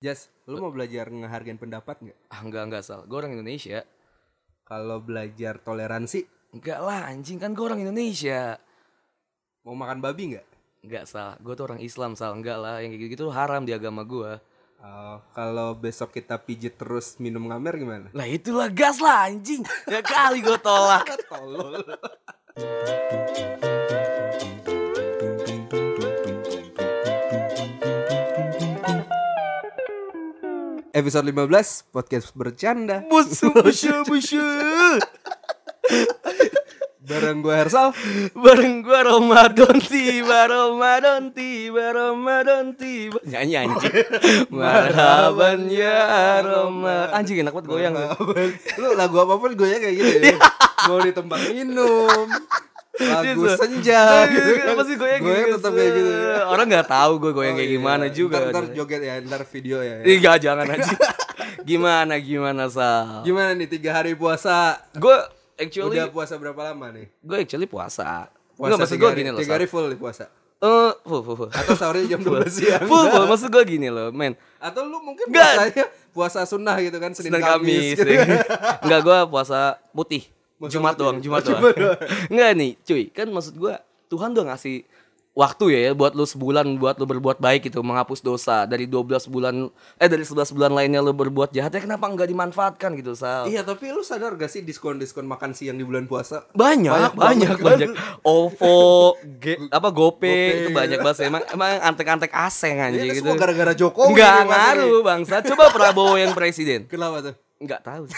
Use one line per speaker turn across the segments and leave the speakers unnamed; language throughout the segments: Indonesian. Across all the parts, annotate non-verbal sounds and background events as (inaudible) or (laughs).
Jas, lu mau belajar ngehargain pendapat nggak?
Ah enggak enggak sal, gue orang Indonesia.
Kalau belajar toleransi,
Enggak lah anjing kan gue orang Indonesia.
mau makan babi nggak?
Enggak sal, gue tuh orang Islam sal, enggak lah yang kayak gitu haram di agama gue.
Eh, kalau besok kita pijit terus minum ngamer gimana? (laughs)
Lah itulah gas lah anjing. Ya kali gue tolak.
Tolol. Episode 15 podcast bercanda
Busu busu busu.
bareng gue Hersal.
Bareng gue Ramadan tiba, Ramadan tiba, Ramadan tiba. Nyanyi anjing. Marhaban ya Ramadan. Anjing enak banget goyang. ya.
Nah, lu lagu apapun gue kayak gitu
(laughs)
ya. Mau di tempat minum. Lagu
Iya, so.
senja gitu kan.
Apa sih goyang
Goyang
gitu,
tetap
se-
kayak gitu. ya.
Orang nggak tahu gue goyang
Oh,
kayak
iya.
gimana juga. Iya.
Ntar, ntar joget ya, ntar video ya.
Enggak, jangan aja. (laughs) gimana gimana Sal?
Gimana nih tiga hari puasa?
Gue actually
Udah puasa berapa lama nih?
gue actually puasa.
Puasa
Enggak maksud
tiga
gue
hari-
gini loh.
Tiga
Sal.
hari full nih puasa.
Eh, full full full.
Atau sahurnya jam 12 (laughs) siang.
Full full maksud gue gini loh, men.
Atau lu mungkin
Enggak.
puasanya puasa sunnah gitu kan Senin,
Senin
Kamis.
Kamis.
gitu.
ya. (laughs) Enggak gue puasa putih.
Puasa
Jumat
putih.
doang, Jumat
Oh, Jumat
doang. (laughs) Enggak nih, cuy. Kan maksud gue Tuhan udah ngasih waktu ya buat lu sebulan buat lu berbuat baik gitu menghapus dosa dari 12 bulan eh dari 11 bulan lainnya lu berbuat jahat ya kenapa nggak dimanfaatkan gitu Sal
Iya, tapi lu sadar gak sih diskon-diskon makan siang di bulan puasa?
banyak
Banyak
banyak
banget.
banyak, OVO Ge- apa
Gopay.
GoPay itu banyak banget sih. emang emang antek-antek aseng
Ini
anjing gitu
semua gara-gara Jokowi.
nggak
nih, Mas,
ngaruh
ini.
bangsa coba Prabowo yang presiden
Kenapa tuh?
nggak tahu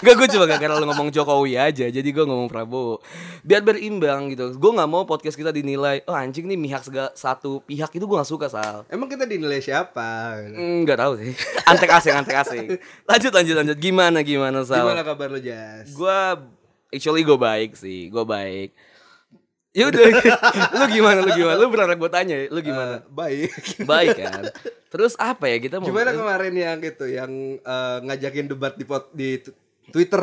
nggak gue coba gara-gara lo ngomong Jokowi aja jadi gue ngomong Prabowo biar berimbang gitu gue nggak mau podcast kita dinilai oh anjing nih mihak sega- satu pihak itu gue nggak suka sal
Emang kita dinilai siapa?
Mm, nggak tahu sih (laughs) antek aseng antek aseng lanjut lanjut lanjut gimana gimana sal
Gimana kabar lu, Jas?
gue actually gue baik sih gue baik ya udah (laughs) lu gimana lu gimana lu berharap gue tanya lu (laughs) gimana
Eh, baik.
baik kan terus apa ya kita mau
Gimana kemarin yang itu yang eh, ngajakin debat di pot di tu-
(laughs)
Twitter?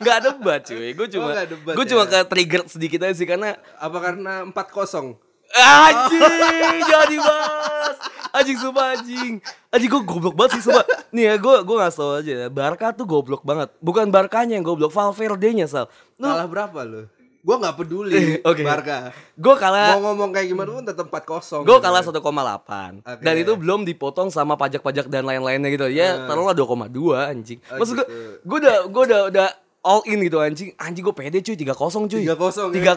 nggak debat cuy gue cuma
nggak debat
gue
ya.
cuma ke trigger sedikit aja sih karena
Apa karena 4-0? (laughs)
anjing jangan dibahas anjing sumpah anjing anjing gue goblok banget sih sumpah nih ya gue gue nggak tau aja Barca tuh goblok banget bukan Barkanya yang goblok Valverde nya sal lu
Kalah berapa lu? Gua nggak peduli
(laughs) Oke.
Barca.
gue kalah
Mau ngomong kayak gimana pun tetap 4-0.
Gue kalah 1,8
ya? Oke.
Dan itu belum dipotong sama pajak-pajak dan lain-lainnya gitu Ya taruhlah 2,2 anjing
Eh. Oh,
Maksud gue,
gitu.
gue udah, gue udah, udah all in gitu anjing Anjing gue pede cuy 3-0 cuy
3-0, ya?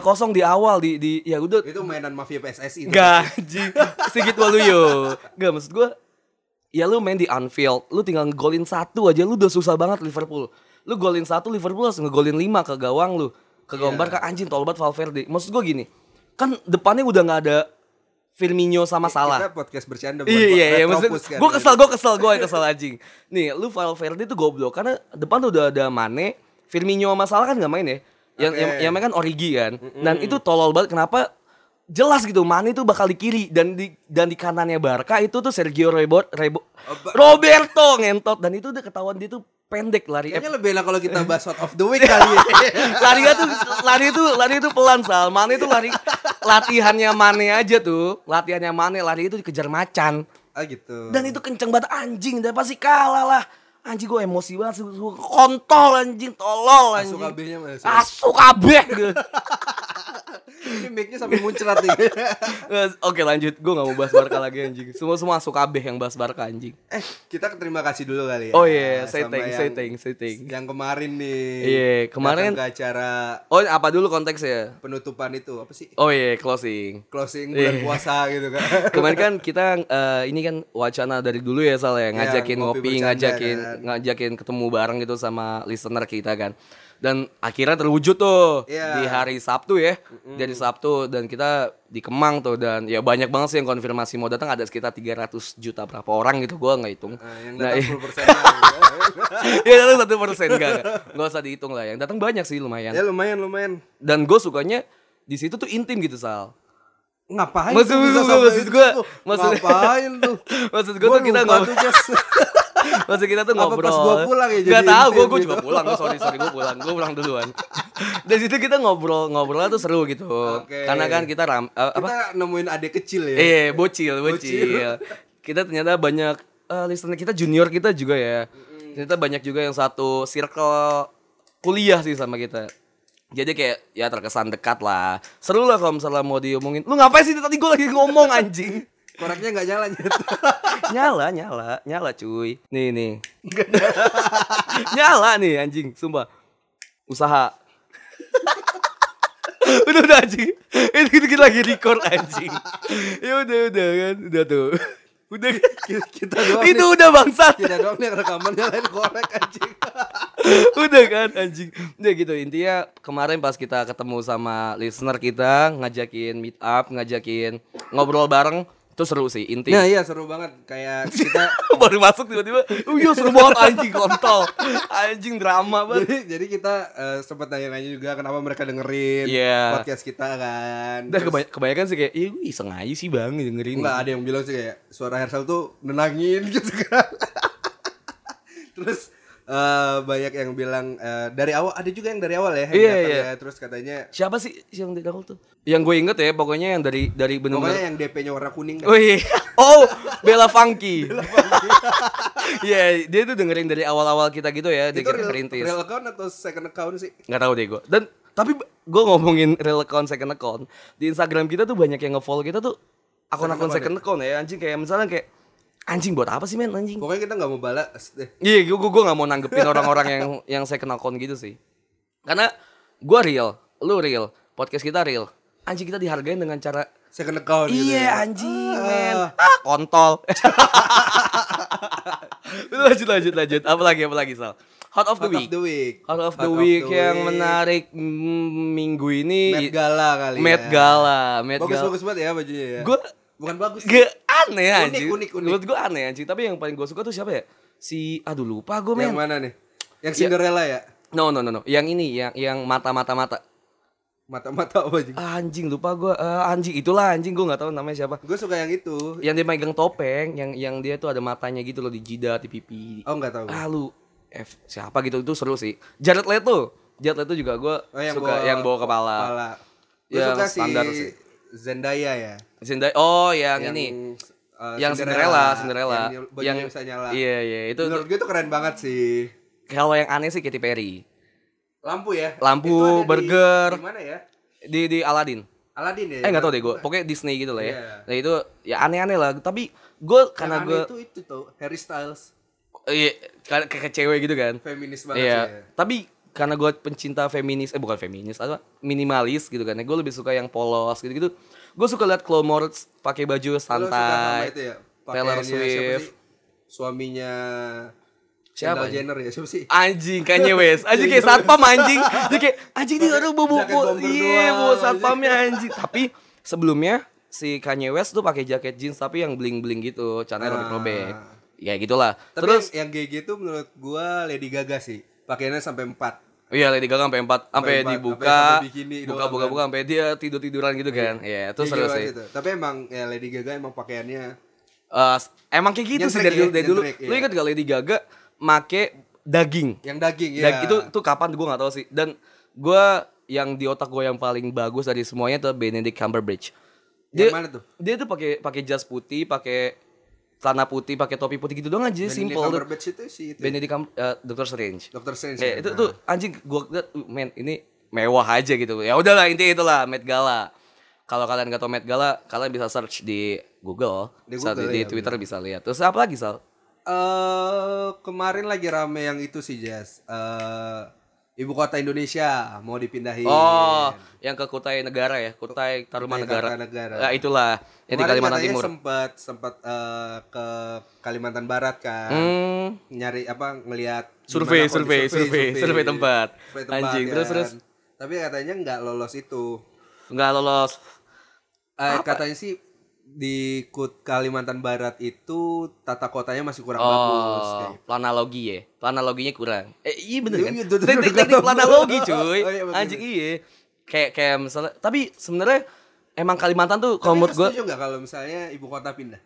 Iya.
3-0 di awal di, di ya udah
Itu mainan mafia PSSI. itu.
Enggak anjing Sigit Waluyo Enggak maksud gue Ya lu main di Anfield Lu tinggal ngegolin satu aja Lu udah susah banget Liverpool Lu golin satu Liverpool harus ngegolin lima ke gawang lu Ke
Iya.
gawang Barca anjing tol banget Valverde Maksud gue gini Kan depannya udah gak ada Firmino sama Salah
Kita podcast bercanda bukan
Iya iya iya maksud
retropus kan.
gue kesel gue kesel gue kesel anjing. Nih lu Valverde tuh goblok karena depan tuh udah ada Mane, Firmino sama Salah kan nggak main ya. Yang
Oke.
yang, yang main kan Origi kan. Dan itu tolol banget kenapa jelas gitu Mane tuh bakal di kiri dan di dan di kanannya Barca itu tuh Sergio Rebo, Rebo-
Apa?
Roberto ngentot dan itu udah ketahuan dia tuh pendek lari eh,
Kayaknya lebih enak kalau kita bahas shot of the week kali
(laughs)
ya.
lari tuh lari tuh lari tuh pelan sal Mane tuh lari latihannya Mane aja tuh latihannya Mane lari itu dikejar macan
ah gitu.
dan itu kenceng banget anjing dan pasti kalah lah anjing gue emosi banget sih Gua kontol anjing tolol anjing
Asu
Ah.
kabehnya mana sih?
asu kabeh
Ini mic-nya sampai muncrat nih.
(laughs) Eh, oke lanjut gue gak mau bahas Barca lagi anjing semua semua asu kabeh yang bahas Barca anjing
eh, kita terima kasih dulu kali ya.
Oh, iya, say
Sama
thanks, say
yang-
thanks, say thanks.
Yang kemarin nih.
Iya, kemarin-
datang ke acara
oh apa dulu konteksnya
penutupan itu apa sih?
oh iya closing
closing bulan
Iya.
puasa gitu
(laughs)
kan.
Kemarin kan kita eh, ini kan wacana dari dulu ya Sal ya ngajakin
ngopi
ngopi,
bercanda
ngajakin
kan.
ngajakin ketemu bareng gitu sama listener kita kan. Dan akhirnya terwujud tuh
Iya.
di hari Sabtu ya. Dari Sabtu dan kita di Kemang tuh dan ya banyak banget sih yang konfirmasi mau datang ada sekitar 300 juta berapa orang gitu gua nggak hitung.
Nah, yang
Nah,
datang 10
iya.
gitu persen.
(laughs) ya datang satu persen enggak enggak usah dihitung lah yang datang banyak sih lumayan
ya lumayan lumayan.
dan gue sukanya di situ tuh intim gitu sal
Ngapain?
Maksud-
tuh bisa
maksud-
sampai
maksud
itu
gua-
tuh?
maksud-
ngapain tuh?
(laughs) maksud gue tuh kita
lupa
nggak
tuh,
(laughs)
Jas.
Maksud kita tuh
Apa
ngobrol.
pas gua pulang ya jadi
Gak tau,
intim
gue gue
gitu?
juga pulang. Oh, Sorry, sorry, gue pulang. Gue pulang duluan. Dari situ kita ngobrol, ngobrolnya tuh seru gitu.
Oke.
Karena kan kita ram, eh, apa? Iya.
Kita nemuin adik kecil ya.
Eh, bocil,
Bocil.
bocil. kita ternyata banyak eh, listener kita junior kita juga ya. Ternyata banyak juga yang satu circle kuliah sih sama kita. Jadi kayak ya terkesan dekat lah. Seru lah kalau misalnya mau diomongin. Lu ngapain sih tadi gue lagi ngomong anjing?
Koreknya nggak nyala nyet.
nyala, nyala, nyala cuy. Nih nih. (laughs) nyala nih anjing, sumpah. Usaha. (laughs) udah udah anjing. Itu kita, kita lagi record anjing. Ya udah udah kan, udah tuh. Udah
Kita- (laughs) Kita doang.
itu
nih-
udah bangsat.
Kita doang nih yang rekaman nyalain korek anjing.
udah kan anjing. Udah gitu intinya kemarin pas kita ketemu sama listener kita ngajakin meet up, ngajakin ngobrol bareng itu seru sih inti.
Nah iya seru banget kayak kita
(laughs) baru masuk tiba-tiba oh iya seru banget anjing kontol anjing drama
jadi,
banget
jadi kita eh, sempat nanya-nanya juga kenapa mereka dengerin
Iya.
podcast kita kan.
udah kebany- kebanyakan sih kayak ih iseng aja sih bang dengerin
Enggak ada yang bilang sih kayak suara Hersal tuh nenangin (laughs) gitu kan. Terus eh, banyak yang bilang eh, dari awal ada juga yang dari awal ya. yang
Iya,
datang
iya.
ya. Terus katanya
siapa sih yang di Dakol tuh yang gue inget ya pokoknya yang dari dari
pokoknya
benar-benar
yang DP-nya warna kuning kan.
Wih, (laughs) oh (laughs) Bella Funky. (laughs) Iya, dia tuh dengerin dari awal-awal kita gitu ya, dia
Itu
kita
real,
perintis.
real account atau second account sih?
nggak tahu deh gue dan tapi gue ngomongin real account second account di Instagram kita tuh banyak yang nge-follow kita tuh akun-akun second account ya anjing kayak misalnya kayak anjing buat apa sih men anjing
Pokoknya kita nggak mau balas eh, deh.
iya gue gue nggak mau nanggepin orang-orang
(laughs)
yang yang second account gitu sih karena gue real lu real podcast kita real anjing kita dihargain dengan cara
Second account gitu.
Iya
ya.
anjing men ah, Kontol (laughs) Lanjut lanjut lanjut Apalagi apalagi Sal Hot of the
Hot
week
of the week.
Out of
Hot
the week yang
week.
menarik mm, minggu ini
Met Gala kali
Met
ya.
Gala, Met
bagus
Gala.
bagus banget ya bajunya ya.
Gua-
bukan bagus. sih.
Gak aneh anjing.
unik, unik.
Menurut gue aneh anjing, tapi yang paling gue suka tuh siapa ya? Si aduh lupa gue
yang
men.
mana nih? Yang Cinderella ya?
No no no no, yang ini yang yang mata-mata mata. Ah,
Mata-mata apa juga?
Anjing lupa gue Eh, anjing itulah anjing gue nggak tahu namanya siapa.
Gue suka yang itu.
Yang dia megang topeng, yang yang dia tuh ada matanya gitu loh di jidat, di pipi.
Oh nggak tahu.
Ah lu F siapa gitu itu seru sih. Jared Leto. Jared Leto juga gue
Oh, yang
suka
bawa-
yang bawa kepala.
Kepala. Gue
Yang
suka
Ah. Ya, standar
si
sih.
Zendaya ya.
Zendaya- oh yang, ini.
uh,
yang Cinderella, Cinderella.
Yang ny- bajunya bisa nyala.
Iya, iya, itu
Menurut gue itu keren banget sih.
kalau yang aneh sih Katy Perry.
Lampu ya.
Lampu,
Itu ada di-
burger.
Di mana ya?
Di di Aladdin.
Aladdin ya.
Eh nggak tahu deh gue, pokoknya Disney gitu lah ya.
Iya.
Nah itu ya aneh-aneh lah, tapi gue
Yang
karena
aneh
gue
itu itu tuh Harry Styles
iya kayak ke, ke cewek gitu kan.
feminis banget
Iya.
sih. ya.
Tapi karena gue pencinta feminis, eh bukan feminis, apa minimalis gitu kan. Gue lebih suka yang polos gitu-gitu. Gue suka liat Chloe Moritz pakai baju
Lu suka sama
santai.
itu ya?
Taylor
Pakaiannya siapa
Swift.
sih? Suaminya Kendall
Siapa ini?
Jenner ya siapa sih?
Anjing Kanye West Anjing kayak satpam anjing Dia kayak Anjing dia orang bobo
Jaket
bobo
bomber
Iya
doang,
bawa
anjing.
satpamnya anjing Tapi sebelumnya Si Kanye West tuh pakai jaket jeans Tapi yang bling-bling gitu Caranya robek-robek Ya gitulah
Ah. Tapi
Terus
yang, yang GG itu menurut gua Lady Gaga sih. Pakaiannya sampai 4.
Iya Lady Gaga sampai empat Sampai
empat,
dibuka
sampai- sampai bikini doang,
Buka-buka
kan.
buka Sampai dia tidur-tiduran gitu kan Iya itu
Iya,
seru
gila
sih
gitu. Tapi emang ya Lady Gaga emang pakaiannya
Eh, Emang kayak gitu sih
Nyentrek
dari
ya,
dulu dari dulu
nyentrek,
Lu
iya.
inget gak Lady Gaga Make daging
yang daging ya.
Dan itu tuh kapan gue nggak tahu sih. Dan gue yang di otak gue yang paling bagus dari semuanya tuh Benedict Cumberbatch.
Yang
Dia
mana tuh?
dia tuh pakai pakai jas putih, pakai celana putih, pakai topi putih gitu doang aja
Benedict
simple.
Cumberbatch itu sih itu.
Benedict Cum eh, Dr. Strange.
Dokter Strange. kan?
Eh, itu tuh anjing gua liat, "Uh, men ini mewah aja gitu. Ya udahlah intinya itulah Met Gala. Kalau kalian gak tau Met Gala, kalian bisa search di Google,
Di
bisa
Google,
di, di
ya,
Twitter bisa lihat. Terus apa lagi Sal?
Eh, kemarin lagi rame yang itu sih Jazz. Eh ibu kota Indonesia mau dipindahin.
Oh, yang ke Kutai Negara ya, Kutai Tarumanegara.
Negara.
Ya, itulah, yang di
Kemarin
Kalimantan
katanya
Timur.
sempat sempat eh, ke Kalimantan Barat kan.
Hmm,
Nyari apa ngelihat
Survei,
gimana kondisi-
survei, survei, survei tempat.
Survei tempat,
Anjing, terus,
kan.
terus.
Tapi katanya nggak lolos itu.
nggak lolos.
Eh, katanya sih di Kut- Kalimantan Barat itu tata kotanya masih kurang bagus.
Oh,
kayak
planalogi ya, planaloginya kurang. Eh iya bener kan?
Iya, iya, bener,
Teknik,
bener.
teknik planalogi cuy,
(laughs) Oh, iya, bener.
anjing iya. Kayak kayak misalnya, tapi sebenarnya emang Kalimantan tuh kalau
Tapi
menurut
lu
gue,
setuju nggak kalau misalnya ibu kota pindah?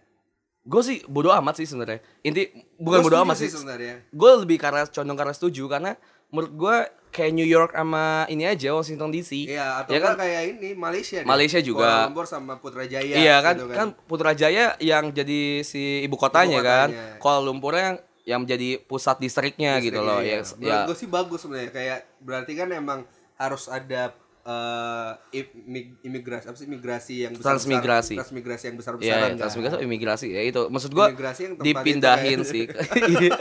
gue sih bodo amat sih sebenarnya. Inti bukan
Gua
bodo
setuju
amat sih,
sebenarnya.
gue lebih karena condong karena setuju karena menurut gue kayak New York sama ini aja Washington DC.
Iya, atau
ya kan?
kan? kayak ini Malaysia. nih.
Malaysia juga.
Kuala Lumpur sama Putrajaya.
iya kan?
gitu
kan Putrajaya yang jadi si ibu kotanya,
Ibu
kan.
kotanya.
Kuala Lumpurnya yang yang menjadi pusat distriknya, gitu loh.
Iya.
Ya,
Menurut
ya.
gue sih bagus sebenarnya. Kayak berarti kan emang harus ada eh, imig- imigrasi apa sih imigrasi yang besar
Transmigrasi.
transmigrasi yang kan. besar
Iya,
besaran
ya, transmigrasi atau imigrasi ya itu. Maksud gua
Imigrasi yang tempat
dipindahin
itu kan. (laughs)
sih. (laughs) Iya.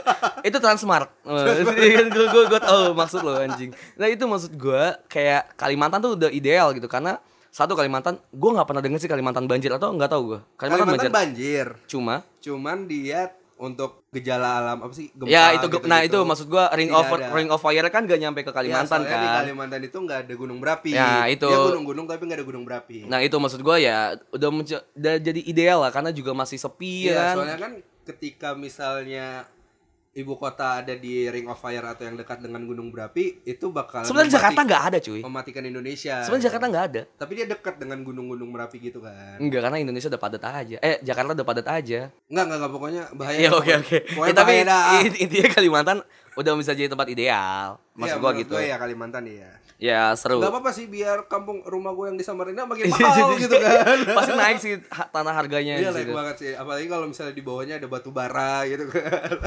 itu Transmart. Iya, gua gua, gua tahu maksud lo anjing. Nah, itu maksud gua kayak Kalimantan tuh udah ideal gitu karena satu Kalimantan gua nggak pernah denger sih Kalimantan banjir atau nggak tahu gua. Kalimantan,
Kalimantan
banjir.
banjir.
Cuma
Cuman dia untuk gejala alam apa sih gempa
ya itu
gitu-gitu.
nah itu maksud gua ring
Tidak
of
ada.
ring of fire kan gak nyampe ke
Ya,
Kalimantan
soalnya
kan.
di Kalimantan itu nggak ada gunung berapi.
Ya, itu.
Dia gunung-gunung tapi nggak ada gunung berapi.
Nah, itu maksud gua ya udah, mence- udah jadi ideal lah karena juga masih sepi
Iya,
ya kan.
soalnya kan ketika misalnya ibu kota ada di Ring of Fire atau yang dekat dengan Gunung Berapi, itu bakal
Sebenarnya Jakarta
memati-
nggak ada, cuy.
mematikan Indonesia.
Sebenarnya Jakarta nggak ada.
Tapi dia dekat dengan gunung-gunung Merapi gitu kan.
Enggak, karena Indonesia udah padat aja. Eh, Jakarta udah padat aja.
Enggak, enggak, enggak pokoknya bahaya.
Ya oke oke.
Pokoknya
Ya, tapi
bahaya dah.
in- intinya Kalimantan udah bisa jadi tempat ideal. Maksud
Iya,
gua
menurut
gitu.
ya Kalimantan ya.
Ya seru.
Enggak apa-apa sih biar kampung rumah gue yang di Samarinda
(laughs)
makin
Iya,
mahal gitu kan.
Pasti naik sih ha- tanah harganya
Iya,
di
like
situ.
banget sih. Apalagi kalau misalnya di bawahnya ada batu bara gitu kan.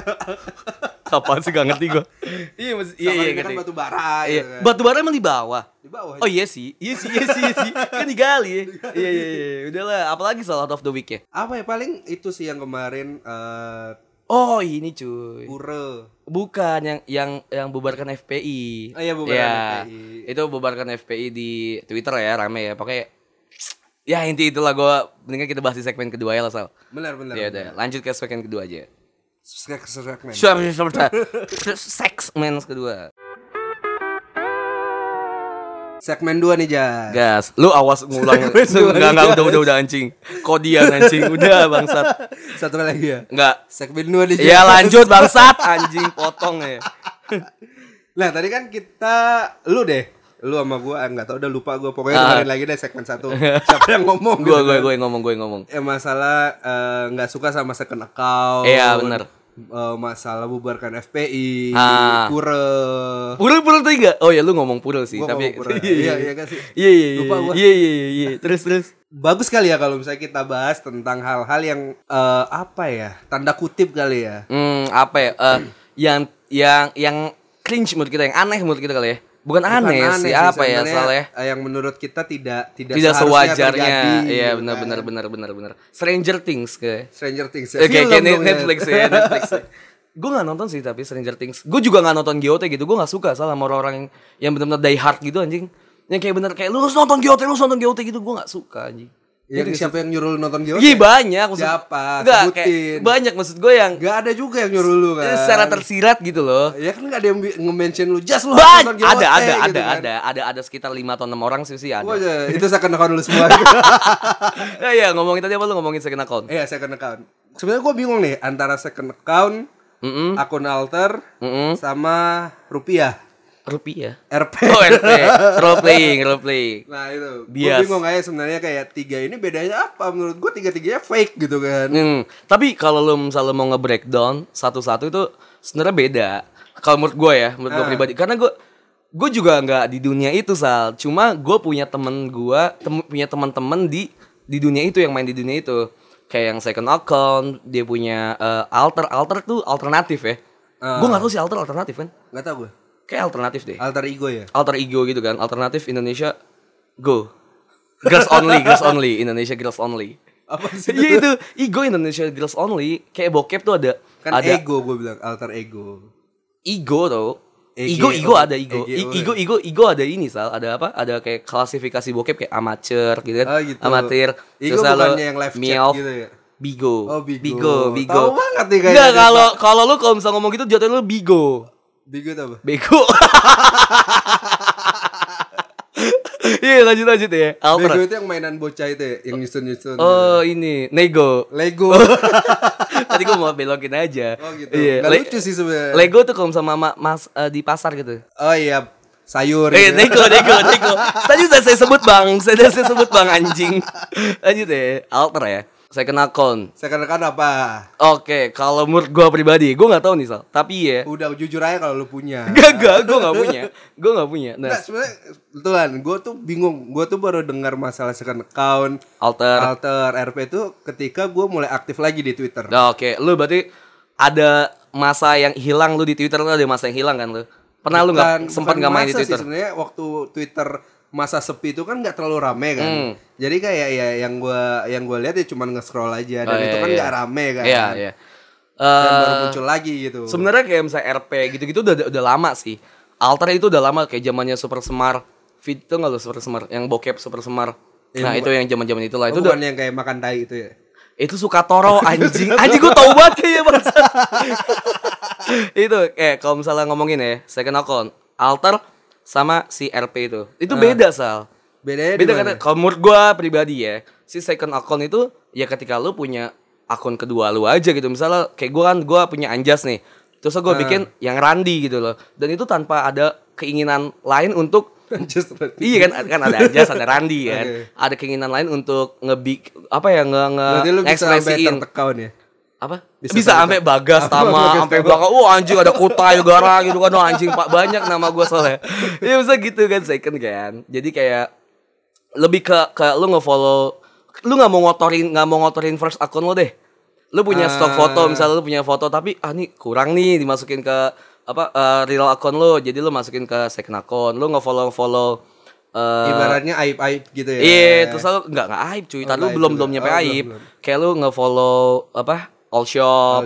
Kapan sih gak ngerti gua. (laughs) Iya, maksud- iya iya
Samarinda
ngerti.
kan batu bara
Iya.
gitu kan.
Batu bara emang di bawah.
Di bawah.
Oh iya sih, iya sih, iya sih, iya sih. Kan (laughs) digali. ya. Iya iya iya. Udahlah, apalagi salah of the week ya.
Apa ya paling itu sih yang kemarin eh
Oh ini cuy.
Pura.
Bukan yang yang yang bubarkan FPI.
Oh iya, bubarkan
Ya,
FPI.
Itu bubarkan FPI di Twitter ya rame ya. Pakai ya inti itulah gua mendingan kita bahas di segmen kedua ya lah Sal.
Benar benar.
Ya udah, lanjut ke segmen kedua aja.
Subscribe subscribe, man.
Suara (laughs) suara segmen kedua.
Segmen 2 nih, Jas.
Gas, lu awas
(laughs)
ngulang.
Segmen
Enggak enggak
kedua,
udah udah udah anjing. Kodian anjing, udah bangsat.
Satu lagi ya.
Enggak.
Segmen 2 nih, Jas.
Ya lanjut bangsat anjing potong ya.
Nah, tadi kan kita lu deh. Lu sama gua ah, nggak tahu udah lupa gua pokoknya
Ah.
kemarin lagi deh segmen 1. Siapa yang ngomong gitu
Gue gue
kan.
gue ngomong gue ngomong.
Ya masalah eh, nggak suka sama second account.
Iya, benar.
Eh, masalah bubarkan FPI,
Ah.
Pura.
Purul purul tadi nggak? Oh ya lu ngomong purul sih,
Gua
tapi
ngomong
(laughs)
purul. Iya, iya kan sih.
Iya iya iya.
Lupa gua.
Iya iya iya, iya. Terus terus.
Bagus kali ya kalau misalnya kita bahas tentang hal-hal yang eh, apa ya? Tanda kutip kali ya.
Hmm, apa ya? Eh, yang yang yang cringe menurut kita, yang aneh menurut kita kali ya. Bukan aneh,
Bukan sih,
sih, apa ya
sebenarnya,
soalnya?
eh, yang menurut kita tidak tidak,
Tidak
seharusnya
sewajarnya.
terjadi,
Iya
gitu
benar
kan.
benar benar benar benar. Stranger Things ke.
Stranger Things ya.
Oke,
Film
kayak Net-
dong ya.
Netflix ya,
(laughs)
Netflix. gue gak nonton sih tapi Stranger Things. Gue juga gak nonton GOT gitu. Gue gak suka salah sama orang-orang yang, yang benar-benar die hard gitu anjing. Yang kayak bener kayak lu harus nonton GOT, lu harus nonton GOT gitu. Gue gak suka anjing.
Yang siapa yang nyuruh lu nonton GOT?
Iya banyak maksud
Siapa?
Enggak, kayak
Sebutin.
banyak maksud gue yang
Gak ada juga yang nyuruh lu kan.
secara tersirat gitu loh.
ya kan gak ada yang bi- nge-mention lu just lu harus
Ban-
nonton
ada ada ada
gitu
ada,
kan.
ada ada sekitar 5 atau 6 orang sih sih
Gua
(laughs) ada.
aja, itu second account lu
(laughs)
semua.
Ya ya ngomongin tadi apa lu ngomongin second account?
Iya, second account. Sebenarnya gua bingung nih antara second account,
Mm-mm.
akun alter,
Mm-mm.
sama rupiah,
Rupiah.
RP.
Oh, RP. role playing, role playing.
Nah itu, gue
Bias.
bingung aja sebenarnya kayak tiga ini bedanya apa menurut gue tiga tiganya fake gitu kan.
Hmm, tapi kalau lu misalnya mau nge-breakdown satu-satu itu sebenarnya beda. Kalau menurut gue ya, menurut gue pribadi. Karena gue gue juga nggak di dunia itu sal. Cuma gue punya temen gue, tem- punya teman-teman di di dunia itu yang main di dunia itu. Kayak yang second account, dia punya eh, alter, alter tuh alternatif ya. Gue nggak tahu sih alter alternatif kan?
Gak tau gue.
Kayak alternatif deh.
Alter ego ya.
Alter ego gitu kan, alternatif Indonesia go. Girls only, girls only, Indonesia girls only.
Apa sih?
(laughs) Iya itu ego Indonesia Girls Only kayak bokep tuh ada
Kan
ada
ego gue bilang alter ego.
ego tau
EGO.
ego ego ada ego I-
EGO,
ego ego ego ada ini sal ada apa ada kayak klasifikasi bokep kayak amatir gitu kan
Oh, gitu.
amatir
Ego
ada
bukannya yang live chat
milf,
gitu ya?
bigo
Oh, bigo.
bigo bigo
Tahu banget nih kayaknya
Nggak,
dia,
kalau kalau lu kalau misal ngomong gitu jatuhnya lu bigo
Bigot apa? (laughs)
bego iya lanjut lanjut ya alter
Bigot itu yang mainan bocah itu ya, yang nyusun nyusun.
oh ini nego
Lego.
(laughs) tadi gua mau belokin aja
Oh gitu.
iya
Nggak
Le-
lucu sih sebenarnya.
Lego tuh kalau sama ma- mas eh, di pasar gitu.
Oh iya, sayur.
Eh,
gitu.
Lego, Lego, (laughs) Lego. Tadi sudah saya sebut bang, saya sudah saya sebut bang anjing. Lanjut ya, alter ya. Saya kena kon.
Saya kenakan apa?
Oke, kalau menurut gua pribadi, gua nggak tahu nih Sal. Tapi ya,
Udah jujur aja kalau lu
(laughs)
punya.
gagal, gua nggak punya, gua nggak punya. Nah,
Enggak, sebenarnya betulan. Gue tuh bingung. Gue tuh baru dengar masalah second account
alter.
alter RP itu ketika gue mulai aktif lagi di Twitter.
Nah, Oke, lu berarti ada masa yang hilang lu di Twitter lu ada masa yang hilang kan lu? Pernah lu
Bukan-
nggak sempat
bukan
nggak main di
masa sih,
Twitter?
Sebenarnya waktu Twitter masa sepi itu kan nggak terlalu rame kan.
Hmm.
Jadi kayak ya yang gue yang gue lihat ya cuman nge-scroll aja dan
Oh,
itu
iya,
kan
iya.
nggak rame kan.
Iya, iya.
Dan
Eh,
baru muncul lagi gitu.
Sebenarnya kayak misalnya RP gitu-gitu udah udah lama sih. Alter itu udah lama kayak zamannya Super Semar. Fit itu nggak lo Super Semar, yang bokep Super Semar. nah itu yang zaman-zaman itulah
itu
itu
bukan yang kayak makan tai itu ya.
itu suka
(laughs)
toro anjing anjing gue tau banget kayaknya bangsat (laughs) itu eh kalau misalnya ngomongin ya second account alter sama si RP itu itu
Ah.
beda sal
Bedanya
beda
di
kan
mana?
kalau menurut gue pribadi ya si second account itu ya ketika lu punya akun kedua lu aja gitu misalnya kayak gue kan gue punya anjas nih terus gue
Ah.
bikin yang Randi gitu loh dan itu tanpa ada keinginan lain untuk
(laughs) Just berarti.
Iya kan, kan ada Anjas, ada Randi kan.
(laughs) Oke.
Ada keinginan lain untuk ngebik apa ya nge, nge
Berarti lu bisa sampai
ekspresiin
tertekan ya.
apa
Bisa
bisa, sampai bagas
Bagas
tama sampai
Tama.
belakang wah anjing ada kutai (laughs) gara gitu kan wah anjing pak banyak nama gue soalnya ya bisa gitu kan second kan jadi kayak lebih ke ke lu ngefollow lu nggak mau ngotorin nggak mau ngotorin first akun lo deh lu punya stok foto misalnya lu punya foto tapi ah nih kurang nih dimasukin ke apa eh, real akun lo jadi lu masukin ke second akun lu ngefollow follow eh
Ibaratnya aib-aib gitu ya.
Iya, terus lu enggak enggak aib cuy. Tadi lu
nggak aib
belum
juga.
belum nyampe
Oh, belum,
aib. Kayak lu nge-follow apa? All shop.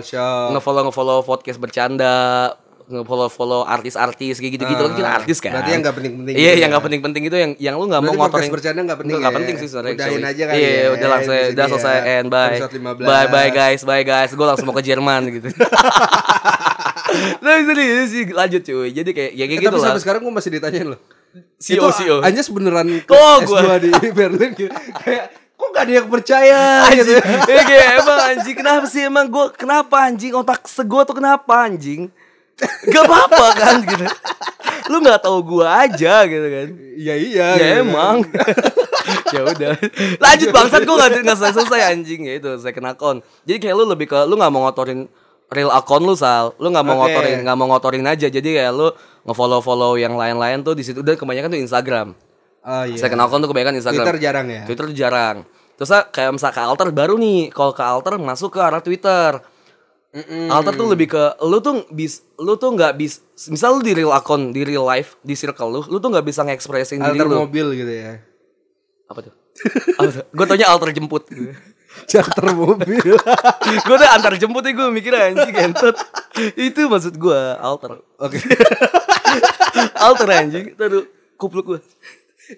All Shop.
Nge-follow nge-follow podcast bercanda, nge-follow follow artis-artis kayak gitu-gitu. Lu kan artis kan.
Ah, berarti yang nggak penting-penting
Iya,
gitu
yang
ya.
enggak penting-penting itu yang yang lu enggak mau
Berarti
ngotorin.
podcast bercanda nggak penting
Nggak
ya?
penting sih sebenarnya.
Udahin
actually.
aja kali
Iya,
ya,
udah langsung
di sini
udah
ya.
selesai and bye.
Episode 15.
Bye bye guys, bye guys. Gue langsung mau ke Jerman
(laughs)
gitu. Nah, serius sih lanjut cuy. Jadi kayak ya kayak
Eh,
gitu
tapi
lah.
sampai sekarang gue masih ditanyain loh.
CEO,
Itu
CEO.
Anjas beneran ke
Oh,
S2
gua.
di
(laughs)
Berlin gitu. Kayak kok gak ada yang percaya (laughs) gitu.
anjing Iya, kayak emang anjing kenapa sih emang gue kenapa anjing otak segua tuh kenapa anjing gak apa apa kan gitu lu nggak tahu gue aja gitu kan
Iya iya.
ya
gitu.
emang ya udah lanjut bangsat gue nggak nggak selesai selesai anjing ya itu second account jadi kayak lu lebih ke lu nggak mau ngotorin real account lu sal lu nggak
Oke.
mau ngotorin nggak mau ngotorin aja jadi kayak lu ngefollow follow yang lain lain tuh di situ udah kebanyakan tuh Instagram
Oh iya.
Second account tuh kebanyakan Instagram.
Twitter jarang ya?
Twitter tuh jarang. Terus ah, kayak misalnya ke alter baru nih, kalau ke alter masuk ke arah Twitter. Alter tuh lebih ke lu tuh bis lu tuh nggak bis misal lu di real account, di real life, di circle lu, lu tuh nggak bisa ngekspresin diri
Alter
lu.
mobil gitu ya. (laughs)
Apa tuh? gue taunya alter jemput. (laughs)
Charter mobil. (laughs)
gue tuh antar jemput gue mikir anjing entot. Itu maksud gue alter.
Oke.
Alter anjing. Taruh kupluk gue.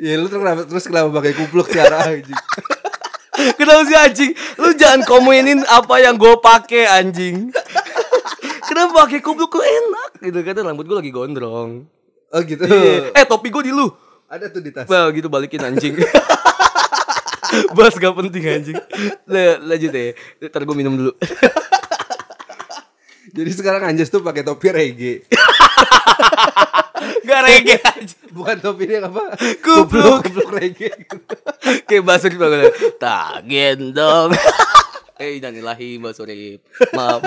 ya lu terus kenapa terus kenapa pakai kupluk secara anjing?
Kenapa sih anjing? Lu jangan komenin apa yang gue pakai anjing. Kenapa pakai kupluk lu enak gitu kan rambut gue lagi gondrong.
Oh gitu.
Iya. Eh topi gue di lu.
Ada tuh di tas.
Well gitu balikin anjing. (laughs) Bas gak penting anjing. Lah, lanjut deh. Ntar gue minum dulu.
Jadi sekarang Anjas tuh pakai topi reggae. (laughs)
gak reggae anjing.
Bukan topi dia apa?
Kupluk.
Kupluk reggae. gitu.
Kayak basur gitu. Tagen (laughs) dong. Eh, dan ilahi basuri. (laughs) Maaf.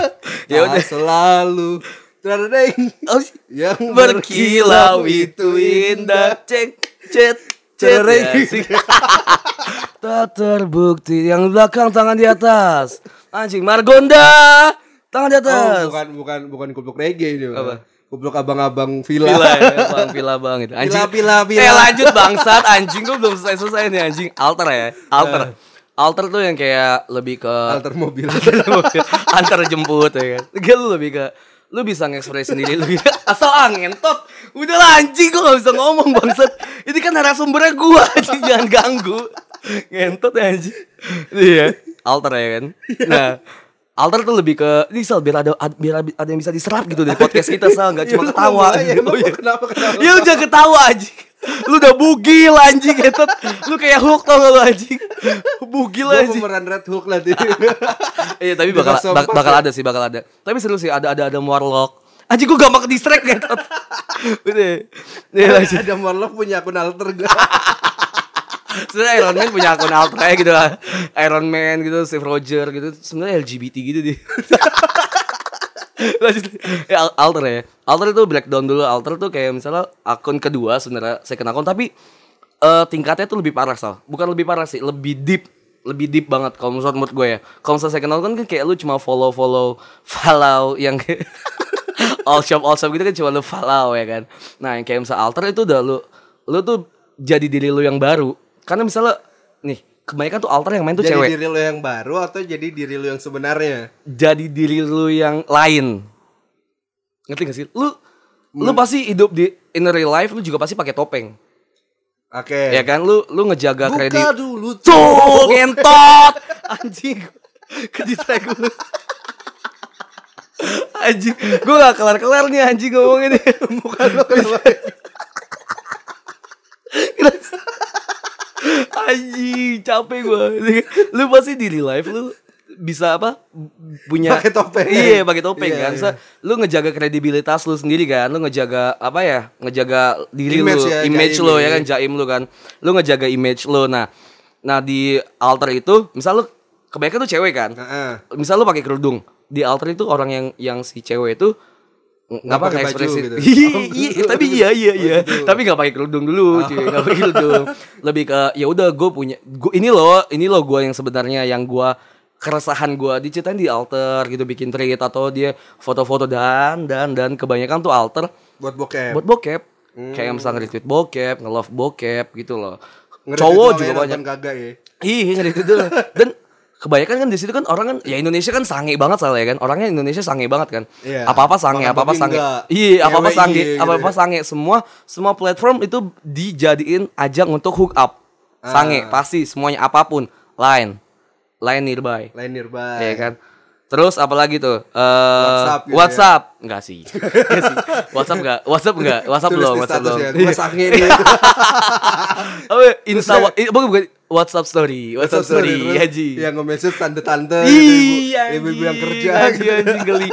Ya udah.
Tak selalu terdeng
Oh,
yang
berkilau itu indah cek cet cet
Cerai.
ya, sih. (laughs) tak terbukti yang belakang tangan di atas anjing Margonda tangan di
(laughs)
atas
Oh, bukan bukan bukan kupluk reggae dia.
Apa?
Kupluk abang-abang villa.
Pila ya, bang, pila bang gitu. Anjing,
Pila, pila, pila.
Eh lanjut bangsat, anjing gue belum selesai selesai nih anjing. Alter ya, alter, alter tuh yang kayak lebih ke
Alter
(laughs)
mobil.
antar jemput ya kan. Gak lu lebih ke lu bisa ngekspresin diri lu asal ah ngentot udah lah anjing gua gak bisa ngomong bangsat ini kan narasumbernya gua (laughs) anjing jangan ganggu ngentot ya, anjing iya alter ya kan nah alter tuh lebih ke ini sal biar ada ad- biar ada yang bisa diserap gitu dari podcast kita sal nggak cuma
Ya, lu
ketawa
ngomong aja, lu
Oh, iya.
kenapa ketawa?
ya udah ketawa anjing lu udah bugil anjing ngentot lu kayak hook tau gak lu anjing bugil
Gua
anjing
pemeran Red Hook
(laughs)
nanti.
Iya tapi
Di
bakal
fase
bak-
empat
bakal
ya?
ada sih bakal ada. Tapi seru sih ada ada ada warlock. Anjing gue gampang ke distract Iya, kan. Udah. Nih lanjut. (laughs)
Ada Morlock punya akun alter gak?
sebenarnya Iron Man punya akun alter ya gitu lah. Iron Man gitu, Steve Roger gitu. Sebenarnya LGBT gitu deh. (laughs) Lanjut. Ya, al- alter ya. Alter itu black down dulu. Alter tuh kayak misalnya akun kedua sebenarnya second akun tapi eh, tingkatnya tuh lebih parah sal. Bukan lebih parah sih, lebih deep lebih deep banget kalau menurut menurut gue ya. Kalau misalnya second account kan kayak lu cuma follow follow follow yang (laughs) kayak all shop all shop gitu kan cuma lu follow ya kan. Nah yang kayak misalnya alter itu udah lu lu tuh jadi diri lu yang baru. Karena misalnya nih kebanyakan tuh alter yang main tuh
jadi
cewek.
diri lo yang baru atau jadi diri lo yang sebenarnya?
jadi diri lu yang lain. Ngerti gak sih? Lu lu pasti hidup di in real life lu juga pasti pakai topeng.
Oke.
Ya kan lu lu ngejaga
Buka
kredit.
dulu
Tuh, ngentot. Anjing. Ke distract dulu. Anjing, gue gak kelar-kelar nih anjing ngomongin ini. Bukan lo Anjing, capek gue. Lu pasti di real life lu bisa apa punya
Pakai topeng.
iya pakai topeng
Iya,
kan
iya.
Sa- lu ngejaga kredibilitas lu sendiri kan lu ngejaga apa ya ngejaga diri
Image
lu
ya,
image
jaim,
lu
iya.
ya kan jaim lu kan lu ngejaga image lu nah nah di altar itu misal lu kebanyakan tuh cewek kan
Heeh.
misal lu pakai kerudung di altar itu orang yang yang si cewek itu nggak apa
pakai baju
ekspresi
gitu. Oh,
tapi (laughs) iya iya iya tapi nggak pakai kerudung dulu cuy nggak pakai kerudung lebih ke ya udah gue punya gua, ini loh ini loh gue yang sebenarnya yang gue keresahan gue diceritain di altar gitu bikin treat atau dia foto-foto dan dan dan kebanyakan tuh altar
Buat bokep. Hmm.
buat bokep kayak misalnya nge-retweet bokep nge-love bokep gitu loh
Ngerit
cowok
doang
juga
ya, nonton
banyak
kagak ya.
Iya ngerti itu
(laughs)
dan kebanyakan kan di situ kan orang kan ya Indonesia kan sange banget salah ya kan orangnya Indonesia sange banget kan
Iya.
apa apa sange
Makan
apa apa
babi
sange
enggak.
iya apa apa
Ngewe,
sange
iya, gitu
apa apa
ya.
sange semua semua platform itu dijadiin ajang untuk hook up
Ah.
sange pasti semuanya apapun line line nearby
Lain nearby.
ya kan terus apalagi tuh Eh,
Iya WhatsApp gitu ya.
WhatsApp enggak sih (laughs) Enggak sih WhatsApp enggak WhatsApp enggak WhatsApp
Tulis
belum
di
WhatsApp Iya.
status
belum
ya, Gua sange
(laughs)
nih.
apa Insta wa- eh, bukan bukan WhatsApp story WhatsApp story
Terus
haji
Yang nge-message tante-tante.
Iya,
ibu- Ibu-ibu yang
anjing, Iya,
kerja. gitu.
anjing, anjing, geli.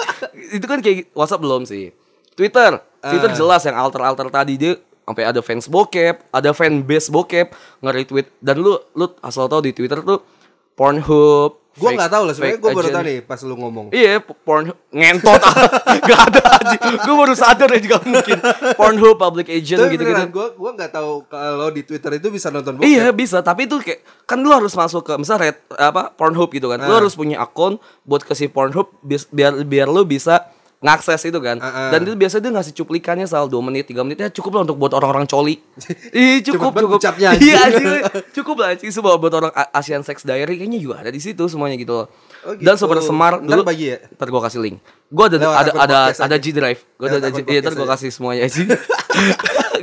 Itu kan kayak WhatsApp belum sih. Twitter, Twitter
Eh.
jelas yang alter-alter tadi dia sampai ada fans bokep, ada fan base bokep nge-retweet dan lu lu asal tau di Twitter tuh Pornhub.
Gue
fake-
nggak tahu lah sebenarnya
fake
gue baru
agent.
tahu nih pas lu ngomong.
Iya, porn ngentot. (laughs) Gak ada aja. Gue baru sadar ya juga mungkin. Pornhub public agent
Tapi
gitu-gitu.
beneran gue gue nggak tahu kalau di Twitter itu bisa nonton bokep.
Iya bisa, tapi itu kayak kan lu harus masuk ke misal red apa Pornhub gitu kan.
Ah.
Lu harus punya akun buat kasih Pornhub bis- biar biar lu bisa ngakses itu kan.
Ah, ah.
Dan itu biasanya dia ngasih cuplikannya soal 2 menit, 3 menit ya cukup lah untuk buat
(laughs)
orang-orang coli. Ih,
Cepet
cukup
banget
cukup.
ucapnya, anjing.
(laughs) Iya, anjing. cukup lah anjing semua buat orang A- Asian Sex Diary kayaknya juga ada di situ semuanya gitu loh.
Oh, gitu.
Dan Super Semar
Ntar
dulu
bagi ya?
Ntar gua kasih link. Gua ada
Lewat
ada
akun
ada
podcast
ada
aja.
G Drive. Gua
Lewat
ada
akun
G- iya, ntar
podcast
gua
aja.
kasih semuanya (laughs) sih.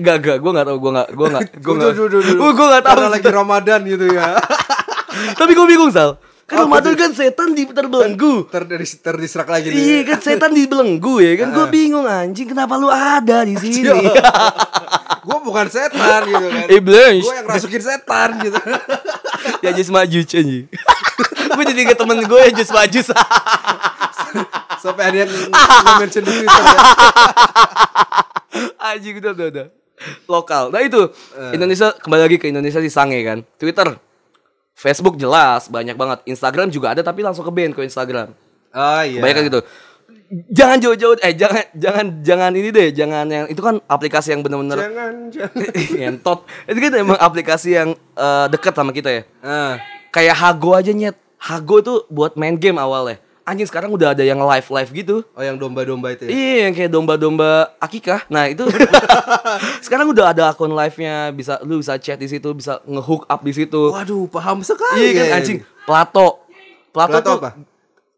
Gak gak, gua gak tau, gua gak, gua gak, gua
Duh,
gak,
duh, duh, duh, duh.
Gua- gua gak tau
Karena lagi Ramadan gitu ya.
tapi gue bingung Sal Kan Ramadan kan setan di terbelenggu
(laughs) Ter dari terdistract lagi nih. (laughs)
Iya kan setan di belenggu ya kan Gue bingung anjing kenapa lu ada di sini
gue bukan setan gitu kan.
Iblis.
Gue yang rasukin setan gitu.
(laughs)
(laughs)
Ya just maju anjing (laughs) Gue jadi ke temen gue ya just maju
Sampai akhirnya
(laughs)
nge- nge-mention di Twitter ya.
Anjing udah udah udah Lokal Nah itu Indonesia kembali lagi ke Indonesia di Sange kan Twitter Facebook jelas banyak banget Instagram juga ada tapi langsung ke band ke Instagram
Oh iya.
Banyak gitu. Jangan jauh-jauh eh jangan jangan jangan ini deh, jangan yang itu kan aplikasi yang bener-bener
Jangan jangan.
(laughs) ngentot. Itu kan emang aplikasi yang eh, dekat sama kita ya.
Ah.
Kayak Hago aja nyet. Hago tuh buat main game awalnya. Anjing sekarang udah ada yang live-live gitu.
Oh yang domba-domba itu ya.
Iya, yang kayak domba-domba akikah. Nah,
(laughs)
itu sekarang udah ada akun live-nya, bisa lu bisa chat di situ, bisa ngehook up di situ.
Waduh, paham sekali.
Iya kan
ya.
anjing Plato Plato,
Plato
tuh
apa?